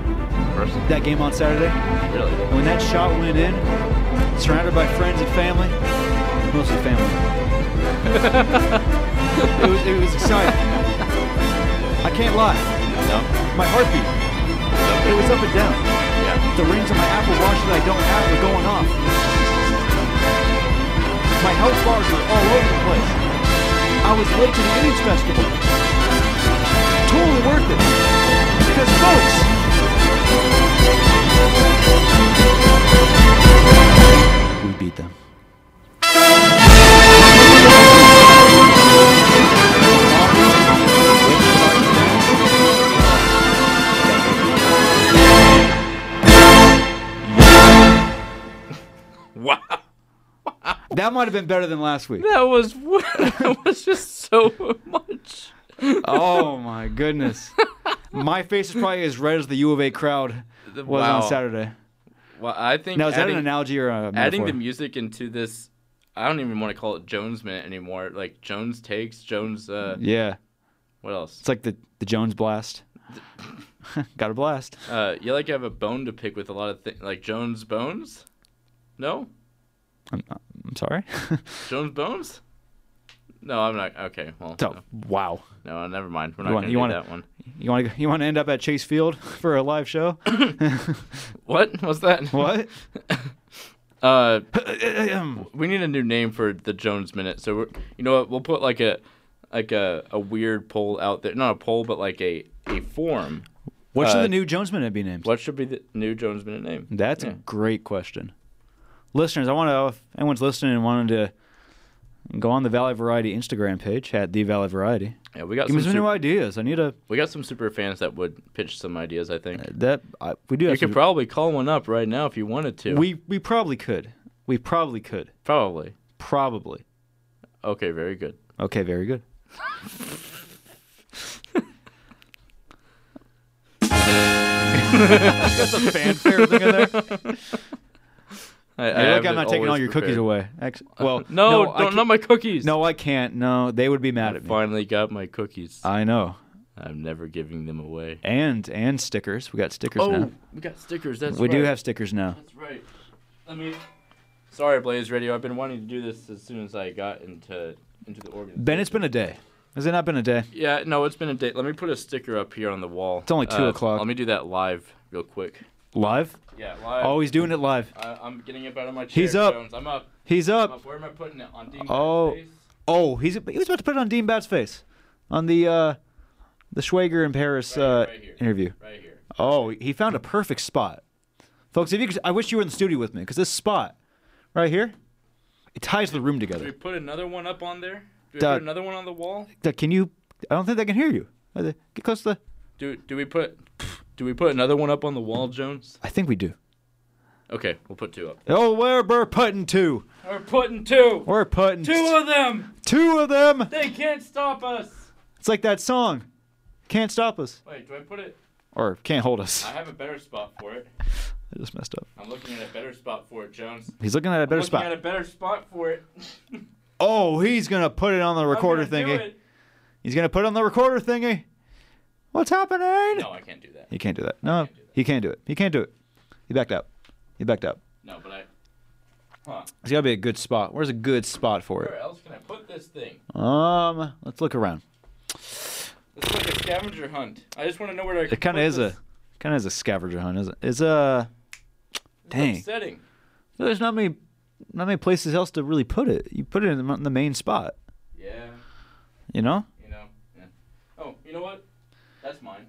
S2: Person?
S3: That game on Saturday,
S2: Really?
S3: and when that shot went in, surrounded by friends and family, mostly family. it, was, it was exciting. I can't lie.
S2: No.
S3: My heartbeat. It was up and down.
S2: Yeah.
S3: The rings on my Apple Watch that I don't have were going off. My health bars were all over the place. I was late to the innings festival. Totally worth it. Because folks, we beat them.
S2: Wow.
S3: That might have been better than last week.
S2: That was that was just so much.
S3: Oh my goodness. My face is probably as red as the U of A crowd was
S2: Wow.
S3: on Saturday.
S2: Well, I think
S3: Now is that
S2: adding-
S3: an analogy or a metaphor?
S2: adding the music into this I don't even want to call it Jones Minute anymore. Like Jones takes Jones. Uh,
S3: Yeah.
S2: what else?
S3: It's like the, the Jones blast. Got a blast.
S2: Uh, you like have a bone to pick with a lot of things, like Jones Bones. No,
S3: I'm sorry.
S2: Jones Bones. No, I'm not. Okay, well,
S3: so, wow.
S2: no, no, never mind. We're not
S3: want-
S2: gonna
S3: you
S2: do
S3: wanna-
S2: that one.
S3: You want to you want to end up at Chase Field for a live show?
S2: What? What's that?
S3: what?
S2: Uh,
S3: Ahem.
S2: we need a new name for the Jones Minute. So we're, you know what? We'll put like a like a, a weird poll out there. Not a poll, but like a a form.
S3: what should
S2: Uh,
S3: the new Jones minute be named?
S2: What should be the new Jones Minute name?
S3: That's
S2: Yeah.
S3: a great question. Listeners, I want to know if anyone's listening and wanted to go on the Valley Variety Instagram page at the Valley Variety.
S2: Yeah, we got
S3: Give
S2: some
S3: me some
S2: sup-
S3: new ideas. I need a
S2: we got some super fans that would pitch some ideas. I think
S3: that I, we do.
S2: you
S3: have
S2: could
S3: Uh, some-
S2: probably call one up right now if you wanted to.
S3: we we probably could. We probably could.
S2: probably.
S3: Probably.
S2: Okay, very good.
S3: Okay, very good. That's a fanfare thing in there.
S2: I, I
S3: Hey, look,
S2: have
S3: I'm
S2: it
S3: not taking
S2: always
S3: all your cookies
S2: prepared.
S3: away. Ex- well,
S2: No, don't
S3: I can't-
S2: not my cookies.
S3: No, I can't. No, they would be mad
S2: I
S3: at me.
S2: finally got my cookies.
S3: I know.
S2: I'm never giving them away.
S3: And and stickers. We got stickers
S2: Oh,
S3: now.
S2: we got stickers. That's
S3: we do
S2: right.
S3: have stickers now.
S2: That's right. Let me. Sorry, Blaze Radio. I've been wanting to do this as soon as I got into into the organ.
S3: Ben, it's been a day. Has it not been a day?
S2: Yeah, no, it's been a day. Let me put a sticker up here on the wall. It's
S3: only two o'clock.
S2: Let me do that live, real quick.
S3: Live?
S2: Yeah, live.
S3: Oh, he's doing it live.
S2: I, I'm getting up out of my chair.
S3: He's up.
S2: Jones. I'm up.
S3: He's
S2: I'm
S3: up.
S2: up. Where am I putting it? On Dean
S3: Oh.
S2: Face?
S3: Oh, he's he was about to put it on Dean Bat's face, on the uh, the Schwager in Paris uh,
S2: right here.
S3: interview.
S2: Right here.
S3: Oh, he found a perfect spot, folks. If you, could, I wish you were in the studio with me because this spot, right here, it ties the room
S2: Do we
S3: together.
S2: put another one up on there? Do we
S3: Duh.
S2: put another one on the wall?
S3: Doug, Can you? I don't think they can hear you. Are they- Get close to the.
S2: Do do we put do we put another one up on the wall, Jones?
S3: I think we do.
S2: Okay, we'll put two up.
S3: Oh, we're, we're putting two.
S2: We're putting two.
S3: We're putting
S2: Two of them.
S3: two of them.
S2: They can't stop us.
S3: It's like that song, "Can't Stop Us"
S2: Wait, do I put it?
S3: or "Can't Hold Us."
S2: I
S3: I
S2: have a better spot for it.
S3: just messed up.
S2: I'm looking at a better spot for it, Jones.
S3: He's looking at a better
S2: looking
S3: spot.
S2: at a better spot for it.
S3: Oh, he's gonna put it on the recorder
S2: I'm gonna
S3: thingy.
S2: Do it.
S3: He's gonna put on the recorder thingy. What's happening?
S2: No, I can't do that.
S3: He can't do that. No, he can't do it. He can't do it. He backed out. He backed out.
S2: No, but I.
S3: It's gotta be a good spot. Where's a good spot for
S2: Where
S3: it?
S2: else can I put this thing?
S3: Um, let's look around.
S2: This is like a scavenger hunt. I just want to know where I.
S3: It kind of is a, kind of is a scavenger hunt, isn't it? It's a, dang.
S2: Setting.
S3: There's not many, not many places else to really put it. You put it in the, in the main spot,
S2: Yeah,
S3: you know.
S2: you know. Yeah. Oh, you know what? That's mine.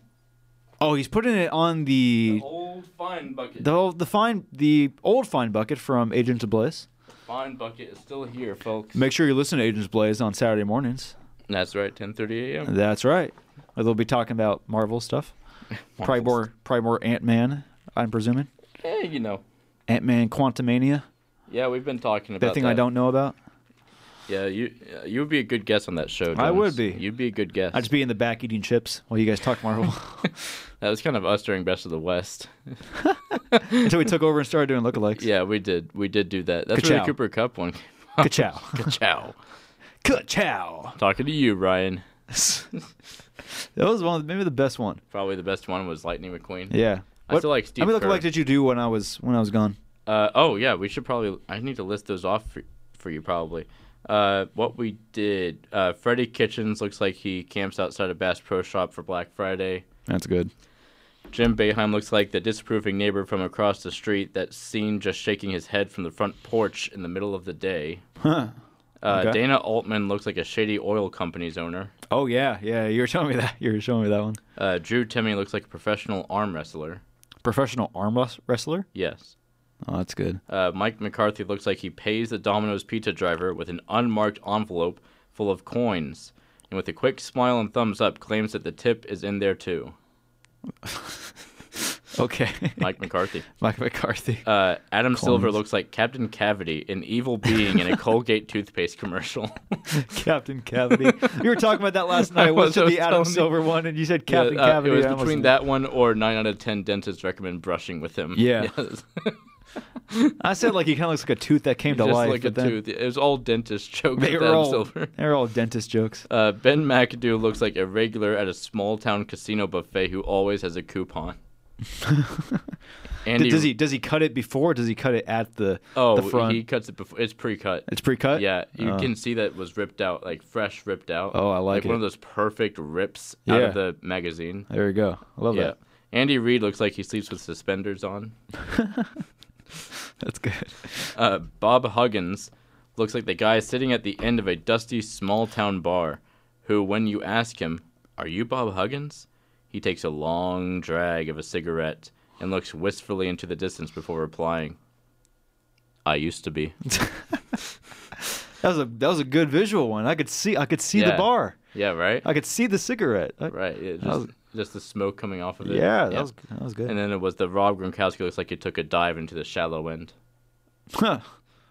S3: Oh, he's putting it on the
S2: Old fine bucket.
S3: the old- the fine the old fine bucket from Agents of Bliss.
S2: Fine bucket is still here, folks.
S3: Make sure you listen to Agents of Blaze on Saturday mornings.
S2: That's right, 10:30 a.m.
S3: That's right. They'll be talking about Marvel stuff. probably more, probably more Ant Man. I'm presuming
S2: Eh, you know.
S3: Ant Man Quantumania.
S2: Yeah, we've been talking about
S3: That thing I don't know about.
S2: Yeah, you uh, you would be a good guest on that show.
S3: I
S2: Jonas.
S3: would be.
S2: You'd be a good guest.
S3: I'd just be in the back eating chips while you guys talk Marvel
S2: That was kind of us during Best of the West.
S3: until we took over and started doing lookalikes.
S2: yeah, we did. We did do that. That's where
S3: Ka-chow.
S2: the Cooper Cup one.
S3: Ka-chow.
S2: Ciao.
S3: Ka-chow.
S2: Talking to you, Ryan.
S3: That was one, of the- maybe the best one.
S2: Probably the best one was Lightning McQueen.
S3: Yeah.
S2: I still like Steve
S3: How many lookalike
S2: Kerr.
S3: did you do when I was when I was gone?
S2: Uh, oh yeah, we should probably. I need to list those off for, for you probably. Uh, what we did. Uh, Freddie Kitchens looks like he camps outside a Bass Pro Shop for Black Friday.
S3: That's good.
S2: Jim Beheim looks like the disapproving neighbor from across the street that's seen just shaking his head from the front porch in the middle of the day. Uh,
S3: Okay.
S2: Dana Altman looks like a shady oil company's owner.
S3: Oh yeah, yeah. You were showing me that. You were showing me that one.
S2: Uh, Drew Timmy looks like a professional arm wrestler.
S3: Professional arm wrest- wrestler.
S2: Yes.
S3: Oh, that's good.
S2: Uh, Mike McCarthy looks like he pays the Domino's pizza driver with an unmarked envelope full of coins, and with a quick smile and thumbs up, claims that the tip is in there too.
S3: Okay.
S2: Mike McCarthy.
S3: Mike McCarthy.
S2: Uh, Adam Silver
S3: Coins.
S2: looks like Captain Cavity, an evil being in a Colgate toothpaste commercial.
S3: Captain Cavity. you were talking about that last night.
S2: was-
S3: Was
S2: I
S3: it
S2: was
S3: the Adam
S2: telling you.
S3: Silver one? And you said
S2: Yeah,
S3: Captain
S2: uh,
S3: Cavity.
S2: It was
S3: I almost-
S2: between that one or nine out of ten dentists recommend brushing with him.
S3: Yeah.
S2: Yes.
S3: I said like he kind of looks like a tooth that came to
S2: Just
S3: life.
S2: like a
S3: but then
S2: tooth. It was all dentist jokes.
S3: They
S2: with
S3: were
S2: Adam
S3: all,
S2: Silver.
S3: they were all dentist jokes.
S2: Uh, ben McAdoo looks like a regular at a small town casino buffet who always has a coupon. Andy,
S3: does he does he cut it before? or Does he cut it at the
S2: Oh,
S3: the front?
S2: he cuts it before. It's pre-cut.
S3: it's pre-cut.
S2: yeah, you
S3: Oh.
S2: can see that was ripped out, like fresh ripped out.
S3: Oh, I like
S2: one
S3: it.
S2: of those perfect rips out
S3: Yeah.
S2: of the magazine.
S3: There you go. I love
S2: Yeah.
S3: that.
S2: Andy Reid looks like he sleeps with suspenders on.
S3: That's good.
S2: Uh, Bob Huggins looks like the guy sitting at the end of a dusty small town bar who, when you ask him, Are you Bob Huggins? he takes a long drag of a cigarette and looks wistfully into the distance before replying, I used to be.
S3: That was a that was a good visual one. I could see I could see the
S2: Yeah.
S3: bar.
S2: yeah, right?
S3: I could see the cigarette. I-
S2: Right. it
S3: That
S2: just,
S3: was-
S2: just the smoke coming off of it.
S3: Yeah, that was that was good.
S2: And then it was the Rob Gronkowski looks like he took a dive into the shallow end.
S3: Huh.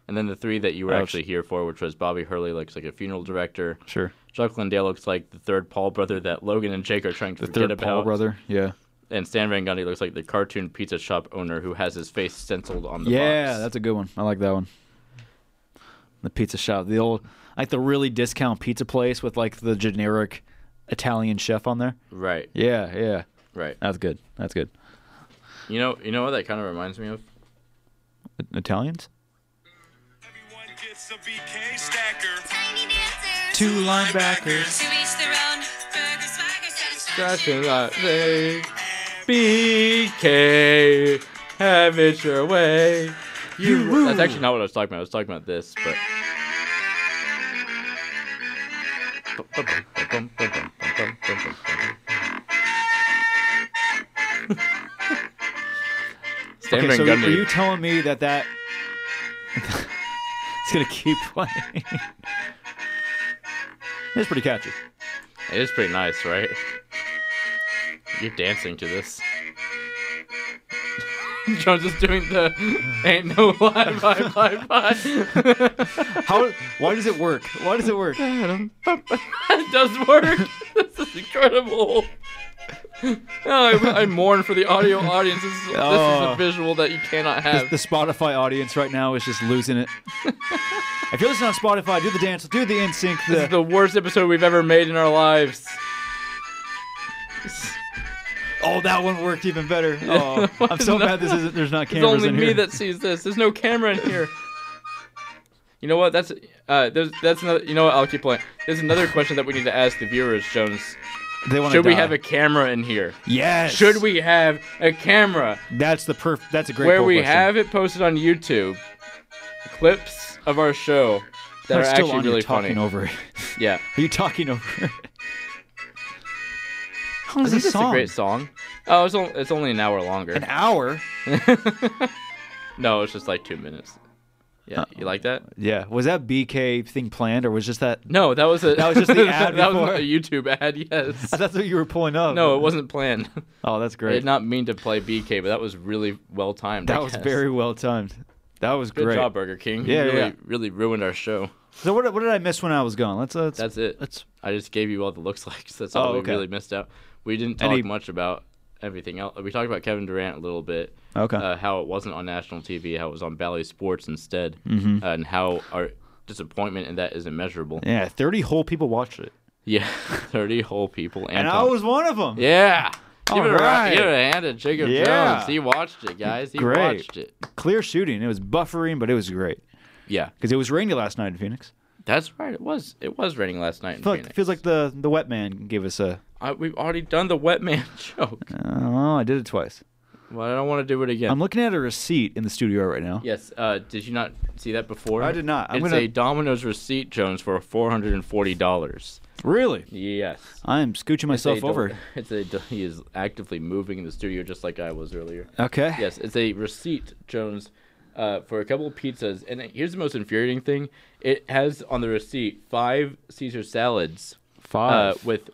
S2: And then the three that you were
S3: Ouch.
S2: actually here for, which was Bobby Hurley looks like a funeral director.
S3: Sure.
S2: Chuck Lindale looks like the third Paul brother that Logan and Jake are trying to
S3: The
S2: forget
S3: third
S2: about.
S3: Paul brother. Yeah.
S2: And Stan Van Gundy looks like the cartoon pizza shop owner who has his face stenciled on the
S3: Yeah,
S2: box.
S3: that's a good one. I like that one. The pizza shop, the old like the really discount pizza place with like the generic Italian chef on there.
S2: right,
S3: Yeah, yeah.
S2: right.
S3: That's good. That's good.
S2: You know, you know what that kind of reminds me of?
S3: Italians?
S9: Everyone gets a BK stacker.
S10: Tiny dancers.
S3: Two linebackers.
S10: To each their own. Burger, swagger, satisfaction.
S2: BK, have it your way. You. That's actually not what I was talking about. I was talking about this, but. Stan
S3: okay,
S2: Van
S3: so
S2: Gundy.
S3: are you telling me that that it's gonna keep playing? it's pretty catchy.
S2: It is pretty nice, right? You're dancing to this. Jones is doing the ain't no lie, bye, bye, bye.
S3: How? Why does it work? Why does it work?
S2: it does work. this is incredible. Oh, I, I mourn for the audio audience. This is, this is
S3: Oh.
S2: a visual that you cannot
S3: The,
S2: have.
S3: the Spotify audience right now is just losing it. if you're listening on Spotify, do the dance, do the NSYNC,
S2: This
S3: the,
S2: is the worst episode we've ever made in our lives. It's
S3: oh that one worked even better. Oh, I'm so
S2: No.
S3: bad this isn't. There's not cameras
S2: only
S3: in
S2: me
S3: here.
S2: that sees this. There's no camera in here. You know what? That's uh, there's that's another. You know what? I'll keep playing. There's another question that we need to ask the viewers, Jones.
S3: they wanna
S2: Should we
S3: die.
S2: have a camera in here?
S3: yes?
S2: Should we have a camera
S3: That's the perf. That's a great
S2: where
S3: poll
S2: we
S3: question.
S2: have it posted on YouTube? Clips of our show that
S3: I'm
S2: are
S3: still
S2: actually
S3: on you
S2: really
S3: talking
S2: funny.
S3: over it.
S2: Yeah.
S3: Are you talking over it? How long is
S2: Isn't
S3: this
S2: this
S3: song?
S2: a great song? Oh, it's only, it's only an hour longer.
S3: An hour?
S2: No, it's just like two minutes. Yeah,
S3: Uh,
S2: you like that?
S3: Yeah. Was that BK thing planned, or was just that?
S2: No, that was a
S3: That was just the ad
S2: that was
S3: before.
S2: a YouTube ad. Yes.
S3: That's what you were pulling up.
S2: No, it wasn't planned.
S3: Oh, that's
S2: I
S3: great.
S2: did not mean to play BK, but that was really well timed.
S3: that
S2: I
S3: was
S2: guess.
S3: very well timed. That was
S2: good
S3: great.
S2: job, Burger King. You
S3: Yeah,
S2: really,
S3: yeah.
S2: really ruined our show.
S3: So what, what did I miss when I was gone? Let's. Uh, let's
S2: That's it.
S3: Let's.
S2: I just gave you all the looks like. That's all
S3: Oh,
S2: we
S3: okay.
S2: really missed out. We didn't talk
S3: Any-
S2: much about everything else. We talked about Kevin Durant a little bit.
S3: Okay.
S2: Uh, how it wasn't on national TV, how it was on Valley Sports instead, mm-hmm. and how our disappointment in that isn't measurable.
S3: yeah, thirty whole people watched it,
S2: Yeah, thirty whole people.
S3: and I
S2: Anton.
S3: was one of them.
S2: Yeah. Give it, a, ra-
S3: Alright.
S2: give it a hand to Jacob
S3: Yeah.
S2: Jones. He watched it, guys. He
S3: Great.
S2: watched it.
S3: Clear shooting. It was buffering, but it was great
S2: Yeah,
S3: because it was rainy last night in Phoenix.
S2: that's right. It was it was raining last night in
S3: Feels
S2: Phoenix.
S3: like, feels like the the wet man gave us a.
S2: I, we've already done the wet man joke.
S3: Oh, I did it twice.
S2: Well, I don't want to do it again.
S3: I'm looking at a receipt in the studio right now.
S2: yes. Uh, did you not see that before?
S3: I did not. I'm
S2: it's
S3: gonna-
S2: a Domino's receipt, Jones, for four hundred and forty dollars.
S3: Really?
S2: Yes.
S3: I'm scooching myself
S2: It's a do-
S3: over.
S2: It's a. do- He is actively moving in the studio, just like I was earlier.
S3: Okay.
S2: Yes, it's a receipt, Jones, uh, for a couple of pizzas. And here's the most infuriating thing: it has on the receipt five Caesar salads,
S3: Five.
S2: uh, with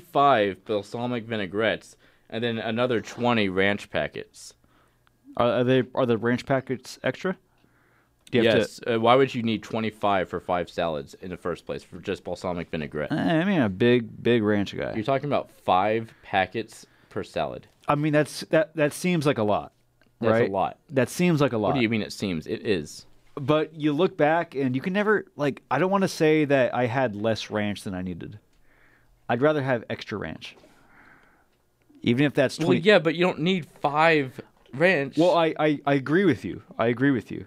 S2: 25 balsamic vinaigrettes, and then another 20 ranch packets.
S3: Are, are they are the ranch packets extra? Do you have
S2: Yes. Uh, why would you need 25 for five salads in the first place for just balsamic vinaigrette?
S3: To, Eh, I mean, a big big ranch guy.
S2: You're talking about five packets per salad.
S3: I mean, that's that that seems like a lot.
S2: That's a
S3: right?
S2: lot.
S3: That seems like a lot.
S2: What do you mean it seems? It is.
S3: But you look back and you can never like. I don't want to say that I had less ranch than I needed. I'd rather have extra ranch, even if that's
S2: Well,
S3: twenty.
S2: yeah, but you don't need five ranch.
S3: Well, I, I I agree with you. I agree with you.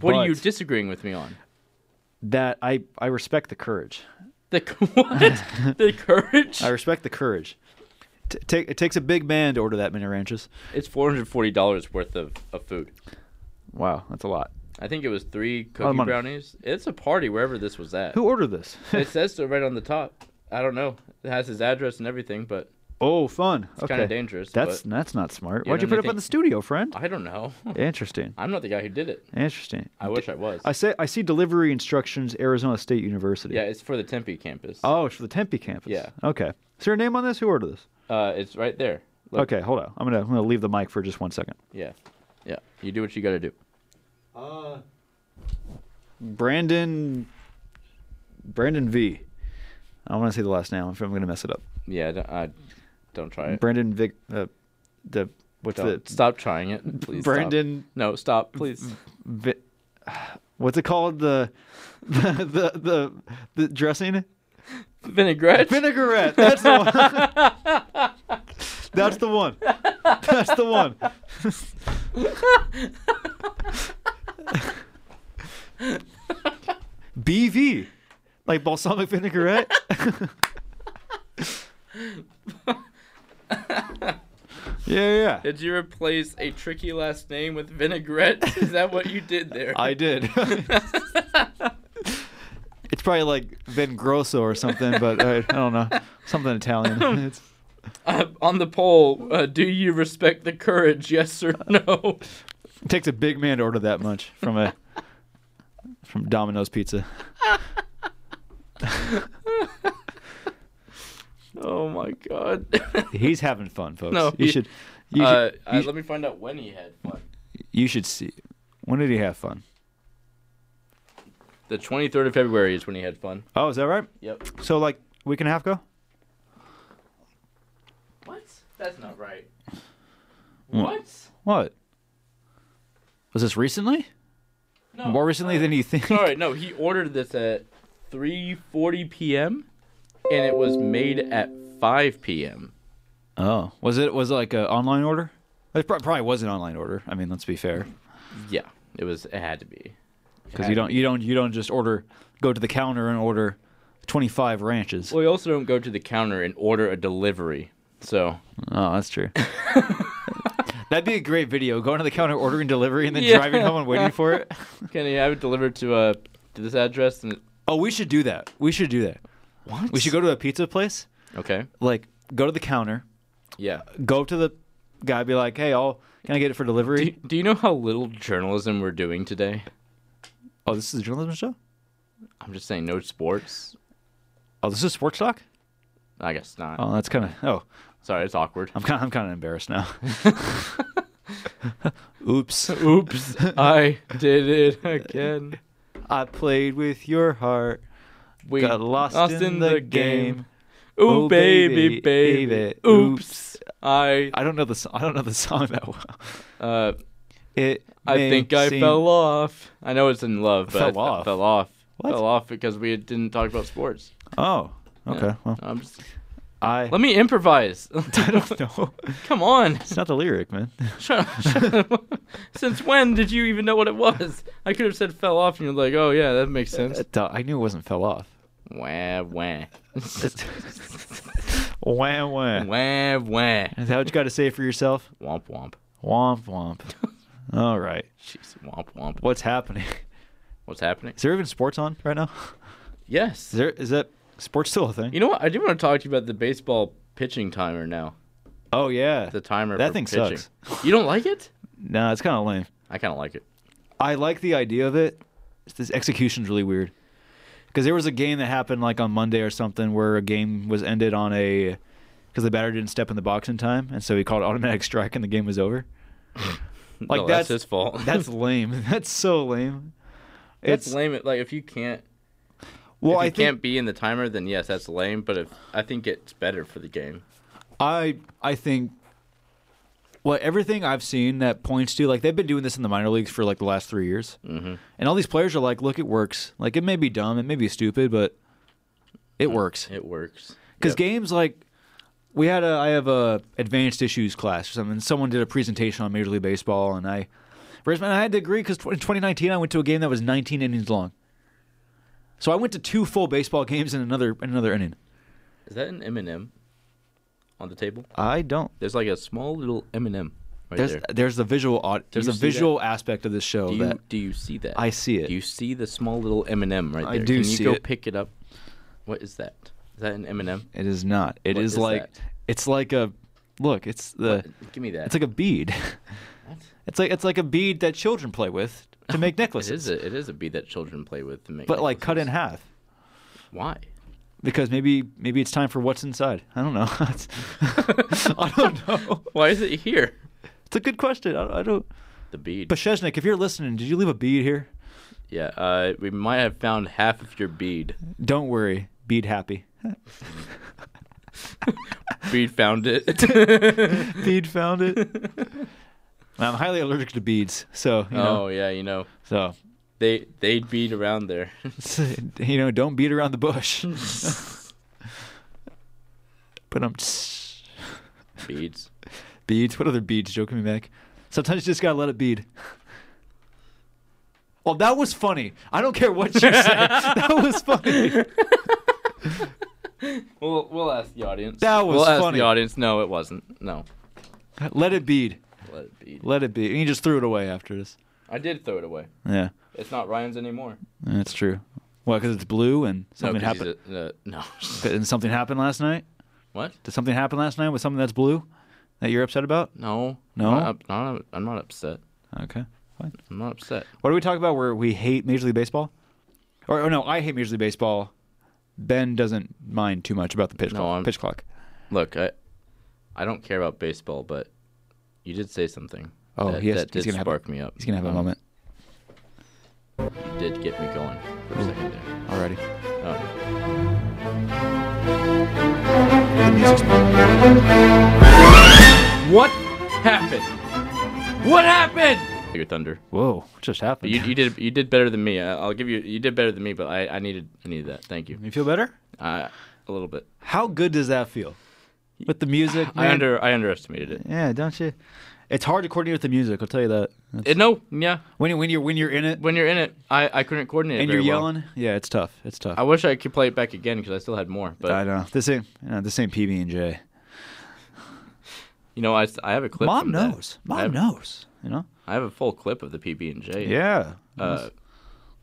S2: what are you
S3: but-
S2: disagreeing with me on?
S3: That I I respect the courage.
S2: The c- what? the courage?
S3: I respect the courage. T- take it takes a big man to order that many ranches.
S2: It's four hundred forty dollars worth of, of food.
S3: Wow, that's a lot.
S2: I think it was three
S3: of
S2: cookie
S3: money.
S2: brownies. It's a party wherever this was at.
S3: Who ordered this?
S2: it says so right on the top. I don't know. It has his address and everything, but
S3: oh, fun. It's okay.
S2: kinda dangerous,
S3: That's
S2: but-
S3: that's not smart.
S2: Yeah,
S3: Why'd you
S2: don't
S3: put
S2: you
S3: it up in
S2: think-
S3: the studio, friend?
S2: I don't know.
S3: Interesting.
S2: I'm not the guy who did it.
S3: Interesting.
S2: I wish I was.
S3: I say I see delivery instructions Arizona State University.
S2: Yeah, it's for the Tempe campus.
S3: Oh, it's for the Tempe campus.
S2: Yeah.
S3: Okay. Is there a name on this? Who ordered this?
S2: Uh, it's right there. Look.
S3: Okay, hold on. I'm gonna I'm gonna leave the mic for just one second.
S2: Yeah. Yeah. You do what you got to do.
S3: Brandon. Brandon V. I want to say the last name. I'm afraid I'm gonna mess it up.
S2: Yeah. I Don't, I, don't try it.
S3: Brandon Vic. Uh, the what's
S2: Don't.
S3: the
S2: Stop trying it, please. stop.
S3: Brandon-
S2: No, stop, please.
S3: vi, what's it called? The the the the dressing
S2: Vinaigrette.
S3: vinaigrette. That's the one. That's the one. That's the one. BV, like balsamic vinaigrette. yeah, yeah.
S2: did you replace a tricky last name with vinaigrette? Is that what you did there?
S3: I did. it's probably like Vin Grosso or something, but uh, I, I don't know. Something Italian. It's,
S2: Uh, on the poll, uh, do you respect the courage? Yes or no?
S3: it takes a big man to order that much from a from Domino's Pizza.
S2: oh my god.
S3: He's having fun, folks.
S2: No,
S3: you
S2: he-
S3: should. You,
S2: uh,
S3: should,
S2: uh,
S3: you,
S2: let me find out when he had fun.
S3: you should see. When did he have fun?
S2: The 23rd of February is when he had fun.
S3: Oh, is that right?
S2: Yep.
S3: So like week and a half ago.
S2: What? That's not right.
S3: What? What? Was this recently?
S2: No.
S3: More recently than you think.
S2: Sorry, no. He ordered this at 3:40 p.m. and it was made at 5 p.m.
S3: Oh, was it was it like an online order? It prob- probably was an online order. I mean, let's be fair,
S2: Yeah, it was. It had to be.
S3: because you don't you don't you don't just order go to the counter and order twenty five ranches.
S2: Well, you also don't go to the counter and order a delivery. So
S3: Oh, that's true. That'd be a great video. Going to the counter, ordering delivery, and then
S2: Yeah.
S3: driving home and waiting for it.
S2: can you have it delivered to uh to this address? And
S3: Oh, we should do that. We should do that. What? We should go to a pizza place.
S2: okay.
S3: Like, go to the counter,
S2: Yeah.
S3: go up to the guy, be like, "Hey, I'll can I get it for delivery?"
S2: Do, do you know how little journalism we're doing today?
S3: oh, this is a journalism show.
S2: I'm just saying, no sports.
S3: Oh, this is sports talk.
S2: I guess not.
S3: Oh, that's kind of oh.
S2: Sorry, it's awkward.
S3: I'm kind. I'm kind of embarrassed now. Oops.
S2: Oops, I did it again.
S3: I played with your heart.
S2: We
S3: Got lost in the game.
S2: Ooh,
S3: Oh,
S2: baby,
S3: baby,
S2: baby,
S3: baby.
S2: Oops, I,
S3: I don't know the. so- I don't know the song that well.
S2: uh,
S3: It.
S2: I
S3: may
S2: think I
S3: seem-
S2: fell off. I know it's in love, but
S3: Fell
S2: I fe-
S3: off?
S2: fell off.
S3: What?
S2: Fell off because we didn't talk about sports.
S3: Oh. Okay. Well,
S2: I'm just,
S3: I.
S2: let me improvise.
S3: I don't know.
S2: Come on.
S3: It's not the lyric, man.
S2: Shut up, shut up. Since when did you even know what it was? I could have said fell off, and you're like, oh yeah, that makes sense.
S3: Duh, I knew it wasn't fell off. uh,
S2: Wah wah.
S3: Wah wah.
S2: Wah wah.
S3: Is that what you got to say for yourself?
S2: Womp womp.
S3: Womp womp. All right.
S2: Jeez, womp womp.
S3: What's happening?
S2: What's happening?
S3: Is there even sports on right now?
S2: Yes.
S3: Is there? Is that sports still a thing?
S2: You know what? I do want to talk to you about the baseball pitching timer now.
S3: oh yeah.
S2: The timer.
S3: That
S2: for
S3: thing
S2: pitching.
S3: sucks.
S2: You don't like it?
S3: Nah, it's kind of lame.
S2: I kind of like it.
S3: I like the idea of it. It's This execution's really weird. Because there was a game that happened like on Monday or something where a game was ended on a because the batter didn't step in the box in time, and so he called automatic strike and the game was over. Like
S2: no,
S3: that's-
S2: that's, his fault.
S3: That's lame. That's so lame.
S2: that's
S3: it's-
S2: lame. It Like if you can't, if
S3: Well,
S2: you
S3: I think
S2: can't be in the timer, then yes, that's lame. But if I think it's better for the game.
S3: I I think what everything I've seen that points to like they've been doing this in the minor leagues for like the last three years, mm-hmm. and all these players are like, look, it works. Like it may be dumb, it may be stupid, but
S2: Mm-hmm.
S3: it works.
S2: It works.
S3: Because games like we had a I have a advanced issues class or something. and Someone did a presentation on Major League Baseball, and I, Brisbane, I had to agree because in 2019 I went to a game that was 19 innings long. So I went to two full baseball games in another in another inning.
S2: Is that an M&M on the table?
S3: I don't.
S2: There's like a small little M&M right
S3: There's
S2: there.
S3: there's the visual aud- there's
S2: you
S3: a
S2: see that?
S3: visual aspect of this show
S2: Do
S3: that
S2: you, do you see that?
S3: I see it.
S2: Do you see the small little M&M right there?
S3: I do
S2: Can
S3: see
S2: you go
S3: it.
S2: pick it up? What is that? Is that an M&M?
S3: it is not. It
S2: What
S3: is
S2: is
S3: like
S2: that?
S3: it's like a look. It's the
S2: Give me that.
S3: it's like a bead. It's like it's like a bead that children play with to make
S2: It
S3: necklaces,
S2: is a, it is a bead that children play with to make
S3: but like cut in
S2: necklaces.
S3: half.
S2: Why?
S3: because maybe maybe it's time for what's inside. I don't know. It's- I don't know.
S2: Why is it here?
S3: It's a good question. I don't. I don't...
S2: The bead.
S3: Besheznik, if you're listening, did you leave a bead here?
S2: yeah, uh, we might have found half of your bead.
S3: Don't worry, bead happy.
S2: Bead found it.
S3: bead found it. I'm highly allergic to beads, so you know,
S2: Oh yeah, you know
S3: so
S2: they they beat around there.
S3: you know, don't beat around the bush. but I'm
S2: Beads.
S3: beads. What other beads? Joking me back. Sometimes you just gotta let it bead. Well, that was funny. I don't care what you say. that was funny.
S2: We'll we'll ask the audience.
S3: That was
S2: we'll ask
S3: funny.
S2: the audience. No, it wasn't. No.
S3: Let it bead.
S2: Let it be.
S3: Let it be. And he just threw it away after this.
S2: I did throw it away.
S3: Yeah,
S2: It's not Ryan's anymore.
S3: that's true. Well, because it's blue
S2: No,
S3: and something
S2: 'cause he's
S3: happened.
S2: a- uh, no.
S3: And something happened last night.
S2: what?
S3: Did something happen last night with something that's blue that you're upset about?
S2: No.
S3: No?
S2: I'm not, up- not- I'm not upset.
S3: Okay, fine.
S2: I'm not upset.
S3: What do we talk about where we hate Major League Baseball? Or, or no, I hate Major League Baseball. Ben doesn't mind too much about the pitch
S2: No,
S3: clock.
S2: I'm-
S3: Pitch clock.
S2: Look, I I don't care about baseball, but you did say something.
S3: Oh,
S2: that,
S3: he has-
S2: that
S3: he's
S2: did
S3: gonna have a-
S2: spark me up.
S3: He's gonna have a
S2: Um,
S3: moment.
S2: You did get me going for a second there.
S3: Alrighty.
S2: Oh,
S7: What?
S2: happened.
S7: What happened?
S2: Your thunder.
S3: Whoa, what just happened?
S2: You, you did you did better than me. I, I'll give you you did better than me, but I, I needed I needed that. Thank you.
S3: You feel better?
S2: Uh, a little bit.
S3: How good does that feel? With the music,
S2: I
S3: man?
S2: under I underestimated it.
S3: Yeah, don't you? It's hard to coordinate with the music. I'll tell you that.
S2: it. No, yeah.
S3: When you- when you're when you're in it
S2: When you're in it, I, I couldn't coordinate. it
S3: and you're
S2: very well.
S3: yelling, yeah, it's tough. It's tough.
S2: I wish I could play it back again because I still had more. But
S3: I know this ain't you know, this ain't PB and J.
S2: you know, I, s- I have a clip.
S3: Mom
S2: from that.
S3: knows.
S2: I
S3: Mom
S2: have,
S3: knows. You know.
S2: I have a full clip of the PB and J.
S3: Yeah.
S2: Uh,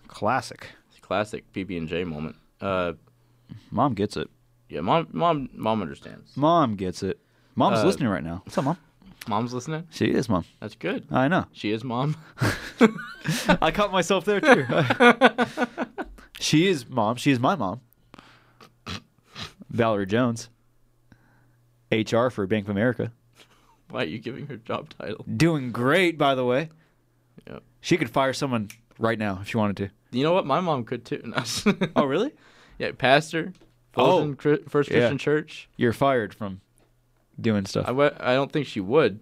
S3: Classic.
S2: classic PB and J moment. Uh,
S3: Mom gets it.
S2: yeah, mom, mom, mom understands.
S3: Mom gets it. Mom's
S2: Uh,
S3: listening right now. What's up, mom?
S2: Mom's listening.
S3: She is mom.
S2: That's good.
S3: I know.
S2: She is mom.
S3: I caught myself there too. she is mom. She is my mom. Valerie Jones. HR for Bank of America.
S2: Why are you giving her job title?
S3: Doing great, by the way.
S2: Yep.
S3: She could fire someone right now if she wanted to.
S2: You know what? My mom could too. No.
S3: Oh, really?
S2: Yeah, pastor.
S3: Oh.
S2: Fulton Chri- First
S3: Yeah.
S2: Christian Church.
S3: You're fired from doing stuff.
S2: I, w- I don't think she would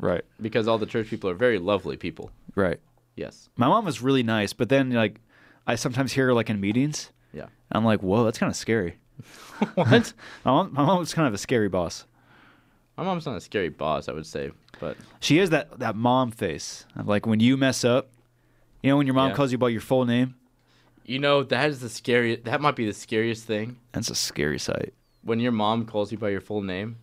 S3: right.
S2: because all the church people are very lovely people.
S3: Right.
S2: Yes.
S3: My mom was really nice, but then like I sometimes hear her like in meetings.
S2: Yeah.
S3: I'm like, whoa, that's kind of scary.
S2: What?
S3: My mom, my mom was kind of a scary boss.
S2: My mom's not a scary boss, I would say, but
S3: She has that that mom face. of, Like when you mess up, you know when your mom
S2: Yeah.
S3: calls you by your full name.
S2: you know that is the scary. That might be the scariest thing
S3: That's a scary sight.
S2: when your mom calls you by your full name.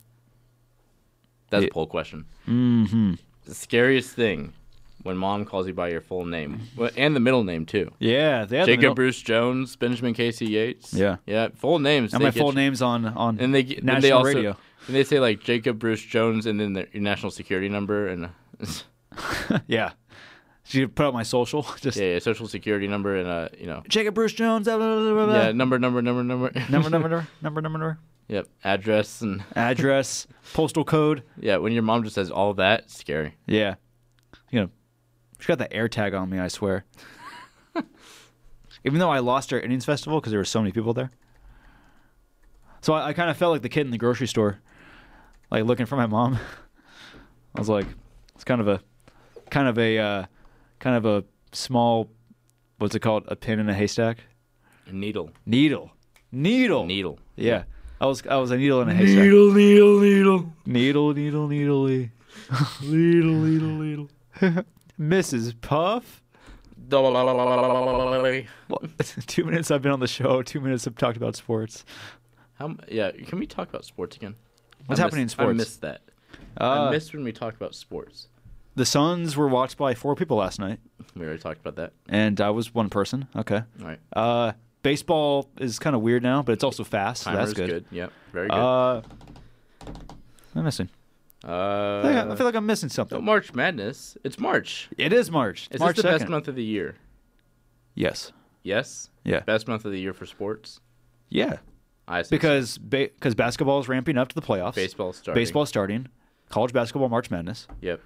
S2: That's
S3: Yeah.
S2: a poll question. Mm-hmm. The scariest thing when mom calls you by your full name Well, and the middle name too.
S3: Yeah, they had the
S2: Jacob
S3: middle-
S2: Bruce Jones, Benjamin Casey Yates.
S3: Yeah.
S2: yeah, full names.
S3: And
S2: they
S3: my
S2: get
S3: full
S2: you.
S3: name's on on
S2: And they get-
S3: national
S2: and they also,
S3: radio.
S2: And they say like Jacob Bruce Jones and then their your national security number and uh,
S3: Yeah, she put out my social. Just
S2: yeah, yeah, social security number and uh you know
S3: Jacob Bruce Jones. blah, blah, blah, blah, blah.
S2: yeah number number number number
S3: Number, number, number, number, number, number.
S2: yep address and
S3: Address, postal code.
S2: yeah when your mom just says all that it's scary
S3: Yeah, you know, she got the air tag on me. I swear. Even though I lost our innings festival because there were so many people there, so I, I kind of felt like the kid in the grocery store, like looking for my mom. I was like, it's kind of a, kind of a, uh, kind of a small, what's it called? A pin in a haystack?
S2: A needle.
S3: Needle. Needle.
S2: Needle.
S3: Yeah. I was I was a needle in a haystack.
S2: Needle, needle, needle.
S3: Needle, needle, needly.
S2: Needle, needle, needle.
S3: Mrs. Puff. Well, two minutes I've been on the show. Two minutes I've talked about sports.
S2: How, yeah, can we talk about sports again?
S3: What's
S2: I
S3: happening in
S2: miss-
S3: sports?
S2: I missed that.
S3: Uh,
S2: I missed when we talked about sports.
S3: The Suns were watched by four people last night,
S2: We already talked about that.
S3: and I was one person. Okay.
S2: All right.
S3: Uh, baseball is kind of weird now, but it's also fast. So
S2: Timer
S3: that's
S2: is
S3: good.
S2: Yep. Very good. Uh,
S3: Uh, I'm missing. I feel like I- I feel like I'm missing
S2: Uh, so
S3: something.
S2: March Madness. It's March.
S3: It is March. It's
S2: Is
S3: March
S2: this the
S3: 2nd.
S2: best month of the year?
S3: Yes.
S2: Yes.
S3: Yeah.
S2: Best month of the year for sports.
S3: Yeah.
S2: I say
S3: Because because basketball is ramping up to the playoffs.
S2: baseball starting.
S3: Baseball starting. College basketball March Madness.
S2: Yep.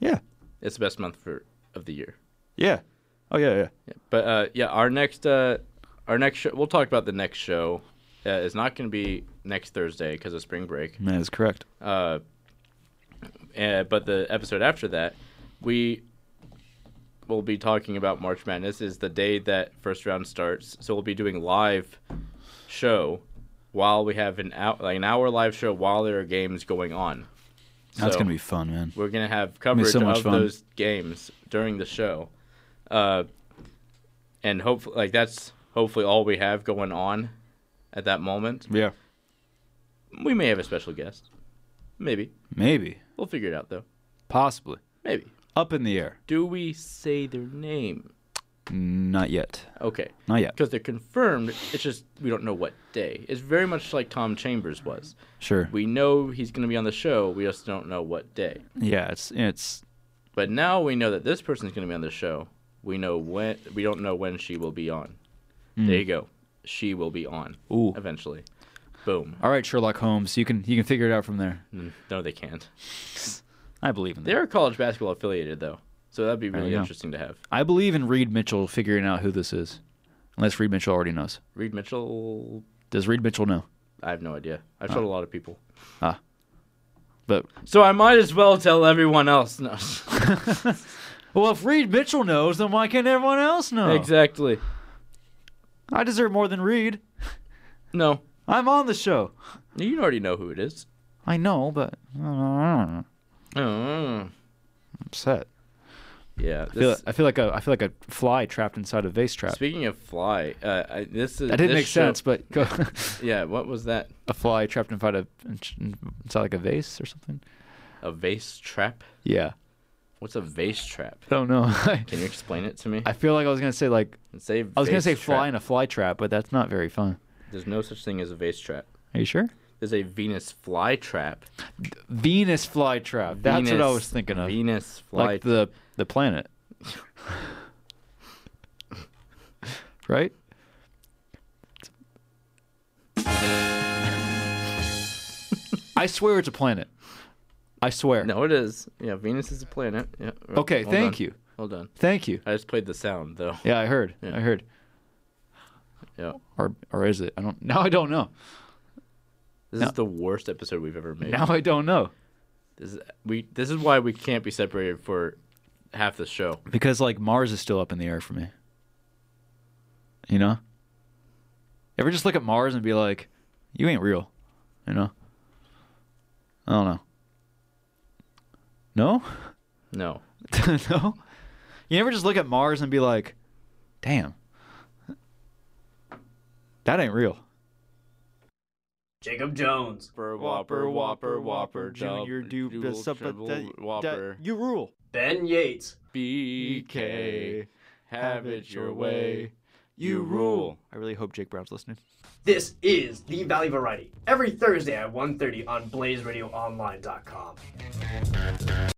S3: Yeah.
S2: It's the best month for of the year.
S3: Yeah. Oh yeah yeah.
S2: Yeah. But uh, yeah, our next uh, our next show. We'll talk about the next show. Uh, is not going to be next Thursday because of spring break.
S3: That is correct.
S2: Uh, uh, but the episode after that, we will be talking about March Madness. Is the day that first round starts, so we'll be doing live show while we have an hour, like an hour live show while there are games going on.
S3: That's
S2: So-
S3: gonna be fun, man.
S2: we're gonna have coverage
S3: so much
S2: of
S3: fun.
S2: those games during the show, uh, and hopefully, like that's hopefully all we have going on at that moment.
S3: Yeah.
S2: We may have a special guest, maybe.
S3: Maybe.
S2: We'll figure it out though.
S3: Possibly.
S2: Maybe.
S3: Up in the air.
S2: Do we say their name?
S3: Not yet.
S2: Okay.
S3: Not yet.
S2: Because they're confirmed. It's just we don't know what day. It's very much like Tom Chambers was.
S3: Sure.
S2: We know he's going to be on the show. We just don't know what day.
S3: yeah. It's it's
S2: But now we know that this person's going to be on the show. We know when we don't know when she will be on. There you go. She will be on
S3: Hmm. Ooh.
S2: eventually. Boom.
S3: all right. Sherlock Holmes. You can you can figure it out from there.
S2: Mm, No, they can't.
S3: I believe in that.
S2: They're college basketball affiliated though, so that'd be really
S3: you go.
S2: interesting to have.
S3: I believe in Reed Mitchell figuring out who this is, unless Reed Mitchell already knows.
S2: Reed Mitchell.
S3: Does Reed Mitchell know?
S2: I have no idea. I've told a lot of people,
S3: But
S2: so I might as well tell everyone else. No.
S3: well, if Reed Mitchell knows, then why can't everyone else know?
S2: exactly.
S3: I deserve more than Reed.
S2: No,
S3: I'm on the show.
S2: you already know who it is.
S3: I know, but I'm
S2: Oh,
S3: upset.
S2: yeah.
S3: Hmm. I feel,
S2: this-
S3: I feel like a I feel like a fly trapped inside a vase trap.
S2: speaking of fly, uh, I, this is
S3: That
S2: this
S3: didn't make
S2: show-
S3: sense, but go,
S2: Yeah, what was that?
S3: a fly trapped inside a inside like a vase or something.
S2: A vase trap?
S3: Yeah,
S2: What's a vase trap?
S3: I don't know. I,
S2: Can you explain it to me?
S3: I feel like I was gonna say like
S2: say
S3: I was gonna
S2: vase
S3: say fly
S2: trap.
S3: in a fly trap, but that's not very fun.
S2: There's no such thing as a vase trap.
S3: Are you sure?
S2: There's a Venus fly trap.
S3: Venus fly trap. That's what I
S2: Venus-
S3: was thinking of.
S2: Venus fly.
S3: like the the planet, right? I swear it's a planet. I swear.
S2: no, it is. Yeah, Venus is a planet. Yeah. r-
S3: Okay,
S2: well
S3: thank
S2: done.
S3: you.
S2: Well done.
S3: Thank you.
S2: I just played the sound though.
S3: Yeah, I heard.
S2: Yeah.
S3: I heard.
S2: Yeah.
S3: Or or is it? I don't. Now I don't know.
S2: This
S3: No.
S2: is the worst episode we've ever made.
S3: Now I don't know.
S2: This is we. This is why we can't be separated for half the show.
S3: Because like Mars is still up in the air for me. You know? Ever just look at Mars and be like, you ain't real. You know? I don't know. No?
S2: No.
S3: no? You never just look at Mars and be like, damn. That ain't real.
S7: Jacob Jones.
S2: Whopper,
S3: Junior, do
S2: Whopper,
S3: You rule.
S7: Ben Yates.
S2: BK, have it your way. You rule.
S3: I really hope Jake Brown's listening.
S7: This is The Valley Variety. Every Thursday at 1.30 on BlazeRadioOnline.com.